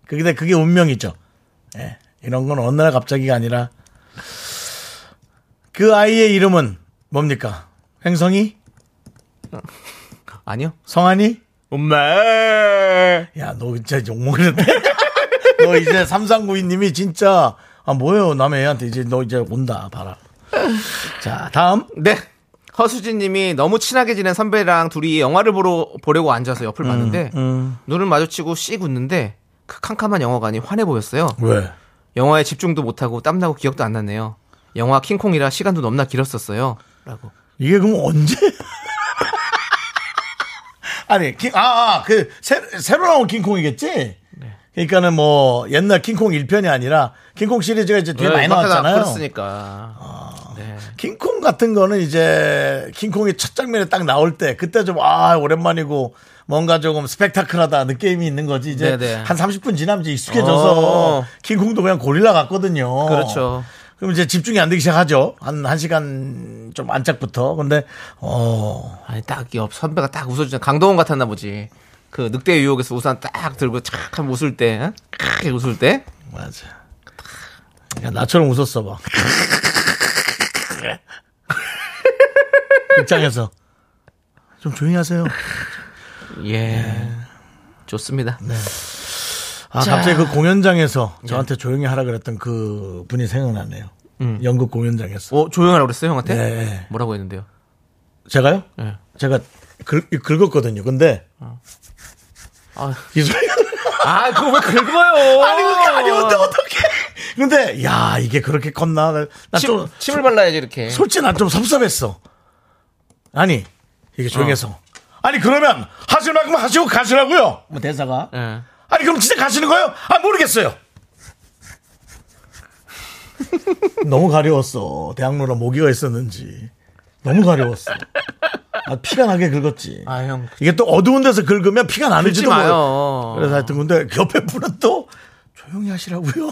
Speaker 1: 그게 근데 그게 운명이죠. 예. 이런 건 어느 날 갑자기가 아니라 그 아이의 이름은 뭡니까? 횡성이?
Speaker 2: 아니요.
Speaker 1: 성환이?
Speaker 2: 엄마.
Speaker 1: 야, 너 진짜 욕먹는데? 너 이제 3392님이 진짜 아, 뭐예요? 남의 애한테 이제 너 이제 온다. 봐라. 자, 다음.
Speaker 2: 네. 허수진 님이 너무 뭐 친하게 지낸 선배랑 둘이 영화를 보러, 보려고 앉아서 옆을
Speaker 1: 음,
Speaker 2: 봤는데 눈을 마주치고 씩 웃는데 그 캄캄한 영화관이 환해 보였어요.
Speaker 1: 왜?
Speaker 2: 영화에 집중도 못하고 땀나고 기억도 안 났네요. 영화 킹콩이라 시간도 넘나 길었었어요. 라고.
Speaker 1: 이게 그럼 언제? 아니, 킹, 아, 아, 그, 새, 새로 나온 킹콩이겠지?
Speaker 2: 네.
Speaker 1: 그러니까는 뭐, 옛날 킹콩 1편이 아니라, 킹콩 시리즈가 이제 뒤에 많이
Speaker 2: 음악하다
Speaker 1: 나왔잖아요.
Speaker 2: 그렇으니까. 네.
Speaker 1: 킹콩 같은 거는 이제, 킹콩이 첫 장면에 딱 나올 때, 그때 좀, 아, 오랜만이고, 뭔가 조금 스펙타클하다 느낌이 있는 거지. 이제
Speaker 2: 네네.
Speaker 1: 한 30분 지나면 이제 익숙해져서,
Speaker 2: 어.
Speaker 1: 킹콩도 그냥 고릴라 같거든요.
Speaker 2: 그렇죠.
Speaker 1: 그럼 이제 집중이 안 되기 시작하죠. 한, 한 시간 좀 안짝부터. 근데, 어,
Speaker 2: 아니 딱 옆 선배가 딱 웃어주잖아. 강동원 같았나 보지. 그 늑대 유혹에서 우산 딱 들고 착 하면 웃을 때, 응? 크게 웃을 때.
Speaker 1: 맞아. 야, 나처럼 웃었어 봐. 극장에서 좀 조용히 하세요.
Speaker 2: 예. 좋습니다.
Speaker 1: 네. 아 갑자기 그 공연장에서
Speaker 2: 예.
Speaker 1: 저한테 조용히 하라 그랬던 그 분이 생각나네요. 연극 공연장에서.
Speaker 2: 음. 어, 조용하라고 그랬어요, 형한테?
Speaker 1: 네.
Speaker 2: 뭐라고 했는데요?
Speaker 1: 제가요?
Speaker 2: 네.
Speaker 1: 제가 긁, 긁었거든요. 근데
Speaker 2: 어. 아,
Speaker 1: 이 소리가
Speaker 2: 아 그거 왜 긁어요?
Speaker 1: 아니 그게 아니었는데 어떡해? 근데 야 이게 그렇게 컸나?
Speaker 2: 침,
Speaker 1: 나좀
Speaker 2: 침을 발라야지, 이렇게.
Speaker 1: 솔직히 난 좀 섭섭했어. 아니, 이게 조용해서.
Speaker 2: 어.
Speaker 1: 아니, 그러면 하실 만큼 하시고 가시라고요. 뭐 대사가.
Speaker 2: 예.
Speaker 1: 아니, 그럼 진짜 가시는 거예요? 아, 모르겠어요. 너무 가려웠어. 대학로라 모기가 있었는지. 너무 가려웠어. 아, 피가 나게 긁었지.
Speaker 2: 아, 형.
Speaker 1: 이게 또 어두운 데서 긁으면 피가
Speaker 2: 긁지
Speaker 1: 나는지도
Speaker 2: 마요.
Speaker 1: 몰라요.
Speaker 2: 어,
Speaker 1: 그래서 하여튼 근데 옆에 분은 또 조용히 하시라고요.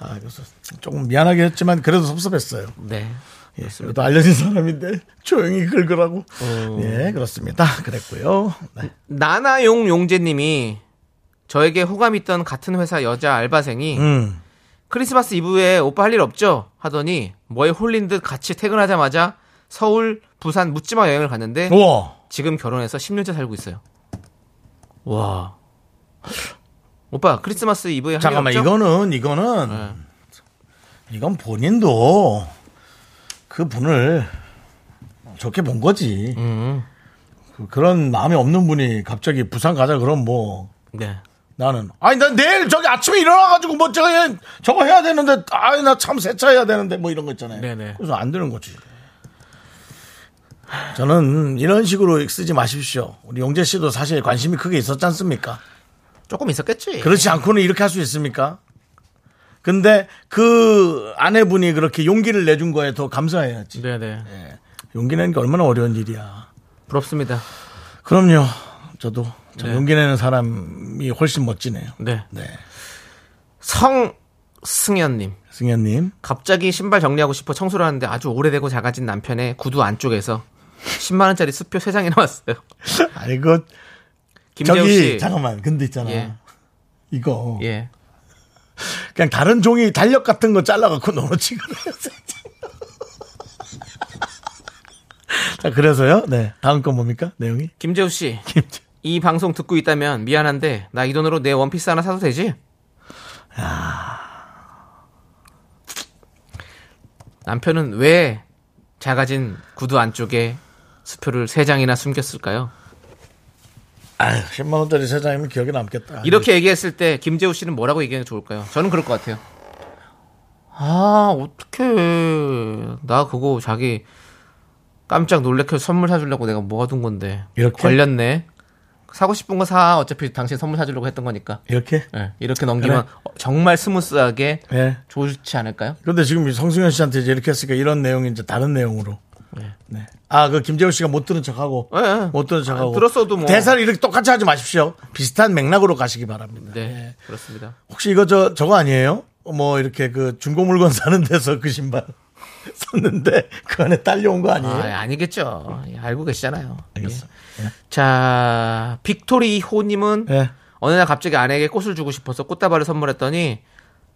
Speaker 1: 아, 그래서 조금 미안하게 했지만 그래도 섭섭했어요.
Speaker 2: 네.
Speaker 1: 예, 그래도 알려진 사람인데 조용히 긁으라고. 예, 그렇습니다. 그랬고요. 네.
Speaker 2: 나나용 용재님이 저에게 호감 있던 같은 회사 여자 알바생이
Speaker 1: 음.
Speaker 2: 크리스마스 이브에 오빠 할 일 없죠? 하더니 뭐에 홀린 듯 같이 퇴근하자마자 서울, 부산 묻지마 여행을 갔는데
Speaker 1: 우와.
Speaker 2: 지금 결혼해서 10년째 살고 있어요. 와. 오빠 크리스마스 이브에 할일
Speaker 1: 잠깐만
Speaker 2: 없죠? 네.
Speaker 1: 이거는 이거는 이건 본인도 그 분을 좋게 본 거지.
Speaker 2: 음.
Speaker 1: 그- 그런 마음이 없는 분이 갑자기 부산 가자 그럼 뭐
Speaker 2: 네.
Speaker 1: 나는 아니 난 내일 저기 아침에 일어나가지고 뭐 제가 얘- 저거 해야 되는데 아이 나 참 세차해야 되는데 뭐 이런 거 있잖아요.
Speaker 2: 네네.
Speaker 1: 그래서 안 되는 거지. 저는 이런 식으로 쓰지 마십시오. 우리 용재 씨도 사실 관심이 크게 있었지 않습니까?
Speaker 2: 조금 있었겠지.
Speaker 1: 그렇지 않고는 이렇게 할 수 있습니까? 근데 그 아내분이 그렇게 용기를 내준 거에 더 감사해야지. 예.
Speaker 2: 네네.
Speaker 1: 용기 내는 게 얼마나 어려운 일이야.
Speaker 2: 부럽습니다.
Speaker 1: 그럼요. 저도 참
Speaker 2: 네.
Speaker 1: 용기 내는 사람이 훨씬 멋지네요.
Speaker 2: 네.
Speaker 1: 네.
Speaker 2: 성승현님.
Speaker 1: 승현님.
Speaker 2: 갑자기 신발 정리하고 싶어 청소를 하는데 아주 오래되고 작아진 남편의 구두 안쪽에서 10만원짜리 수표 3장이 나왔어요.
Speaker 1: 아이고,
Speaker 2: 김재우
Speaker 1: 저기,
Speaker 2: 씨.
Speaker 1: 잠깐만. 근데 있잖아.
Speaker 2: 예.
Speaker 1: 이거.
Speaker 2: 예.
Speaker 1: 그냥 다른 종이 달력 같은 거 잘라갖고 넣어놓지. 그래서. 자, 그래서요. 네. 다음 건 뭡니까? 내용이?
Speaker 2: 김재우 씨. 이 방송 듣고 있다면 미안한데 나 이 돈으로 내 원피스 하나 사도 되지? 남편은 왜 작아진 구두 안쪽에 수표를 3장이나 숨겼을까요?
Speaker 1: 아유, 10만원짜리 세장이면 기억에 남겠다.
Speaker 2: 이렇게 얘기했을 때 김재우 씨는 뭐라고 얘기하는 게 좋을까요? 저는 그럴 것 같아요. 아, 어떡해. 나 그거 자기 깜짝 놀래켜 선물 사주려고 내가 모아둔 건데.
Speaker 1: 이렇게?
Speaker 2: 걸렸네. 사고 싶은 거 사. 어차피 당신 선물 사주려고 했던 거니까.
Speaker 1: 이렇게?
Speaker 2: 예, 이렇게 넘기면
Speaker 1: 그래.
Speaker 2: 어, 정말 스무스하게
Speaker 1: 네.
Speaker 2: 좋지 않을까요?
Speaker 1: 그런데 지금 이 성승현 씨한테 이제 이렇게 했으니까 이런 내용이 이제 다른 내용으로.
Speaker 2: 네.
Speaker 1: 네. 아, 그 김재우 씨가 못 들은 척하고.
Speaker 2: 예, 예.
Speaker 1: 못 들은 척하고.
Speaker 2: 아, 들었어도 뭐.
Speaker 1: 대사를 이렇게 똑같이 하지 마십시오. 비슷한 맥락으로 가시기 바랍니다.
Speaker 2: 네,
Speaker 1: 예.
Speaker 2: 그렇습니다.
Speaker 1: 혹시 이거 저, 저거 아니에요? 뭐 이렇게 그 중고 물건 사는 데서 그 신발 샀는데 그 안에 딸려온 거 아니에요?
Speaker 2: 아, 아니겠죠. 예, 알고 계시잖아요.
Speaker 1: 알겠어.
Speaker 2: 예. 자, 아, 빅토리 호님은
Speaker 1: 예.
Speaker 2: 어느 날 갑자기 아내에게 꽃을 주고 싶어서 꽃다발을 선물했더니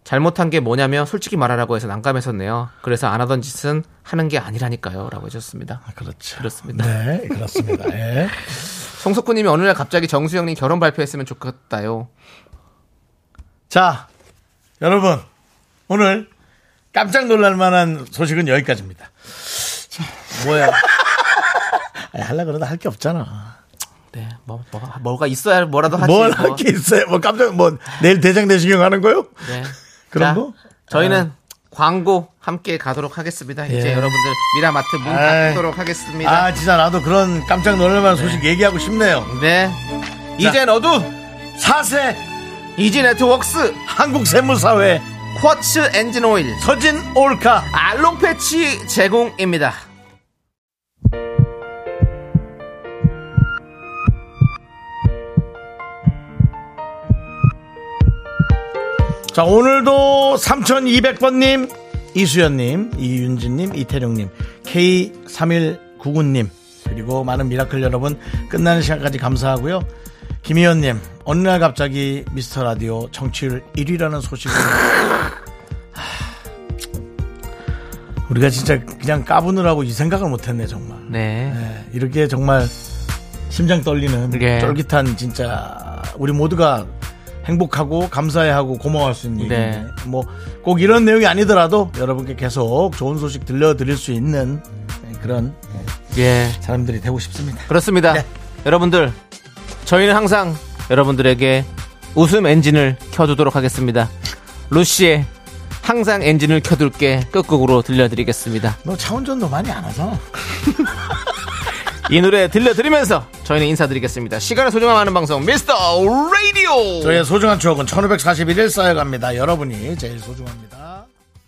Speaker 2: 잘못한 게 뭐냐면 솔직히 말하라고 해서 난감했었네요. 그래서 안 하던 짓은 하는 게 아니라니까요. 라고 해줬습니다.
Speaker 1: 그렇죠.
Speaker 2: 그렇습니다.
Speaker 1: 네, 그렇습니다. 예.
Speaker 2: 송석구님이 어느 날 갑자기 정수영님 결혼 발표했으면 좋겠다요.
Speaker 1: 자, 여러분. 오늘 깜짝 놀랄 만한 소식은 여기까지입니다.
Speaker 2: 뭐야?
Speaker 1: 아니, 하려고 그러다 할 게 없잖아.
Speaker 2: 네, 뭐, 뭐, 뭐가 있어야 뭐라도 하지.
Speaker 1: 뭘
Speaker 2: 뭐.
Speaker 1: 할 게 있어요? 뭐 깜짝 뭐 내일 대장 내시경 하는 거요?
Speaker 2: 네.
Speaker 1: 그런
Speaker 2: 자,
Speaker 1: 거?
Speaker 2: 저희는 광고 함께 가도록 하겠습니다. 이제
Speaker 1: 아. 예.
Speaker 2: 여러분들 미라마트 문
Speaker 1: 아이.
Speaker 2: 닫도록 하겠습니다.
Speaker 1: 아 진짜 나도 그런 깜짝 놀랄만한 소식 얘기하고 싶네요.
Speaker 2: 네. 이젠 어두
Speaker 1: 4세
Speaker 2: 이지 네트웍스
Speaker 1: 한국 세무사회
Speaker 2: 쿼츠 엔진 오일
Speaker 1: 서진 올카
Speaker 2: 알롱 패치 제공입니다.
Speaker 1: 자 오늘도 3200번님 이수연님 이윤진님 이태룡님 K3199님 그리고 많은 미라클 여러분 끝나는 시간까지 감사하고요 김희연님 어느 날 갑자기 미스터 라디오 청취율 1위라는 소식을 하, 우리가 진짜 그냥 까부느라고 이 생각을 못했네 정말
Speaker 2: 네.
Speaker 1: 네, 이렇게 정말 심장 떨리는
Speaker 2: 예.
Speaker 1: 쫄깃한 진짜 우리 모두가 행복하고 감사해하고 고마워할 수 있는
Speaker 2: 네.
Speaker 1: 얘기. 뭐꼭 이런 내용이 아니더라도 여러분께 계속 좋은 소식 들려드릴 수 있는 그런
Speaker 2: 예.
Speaker 1: 사람들이 되고 싶습니다.
Speaker 2: 그렇습니다.
Speaker 1: 네.
Speaker 2: 여러분들 저희는 항상 여러분들에게 웃음 엔진을 켜두도록 하겠습니다. 루시의 항상 엔진을 켜둘게 끝곡으로 들려드리겠습니다.
Speaker 1: 너뭐 차운전도 많이 안 하잖아.
Speaker 2: 네. 이 노래 들려드리면서 저희는 인사드리겠습니다. 시간을 소중함 하는 방송 미스터 라디오.
Speaker 1: 저의 소중한 추억은 1541일 쌓여갑니다. 여러분이 제일 소중합니다.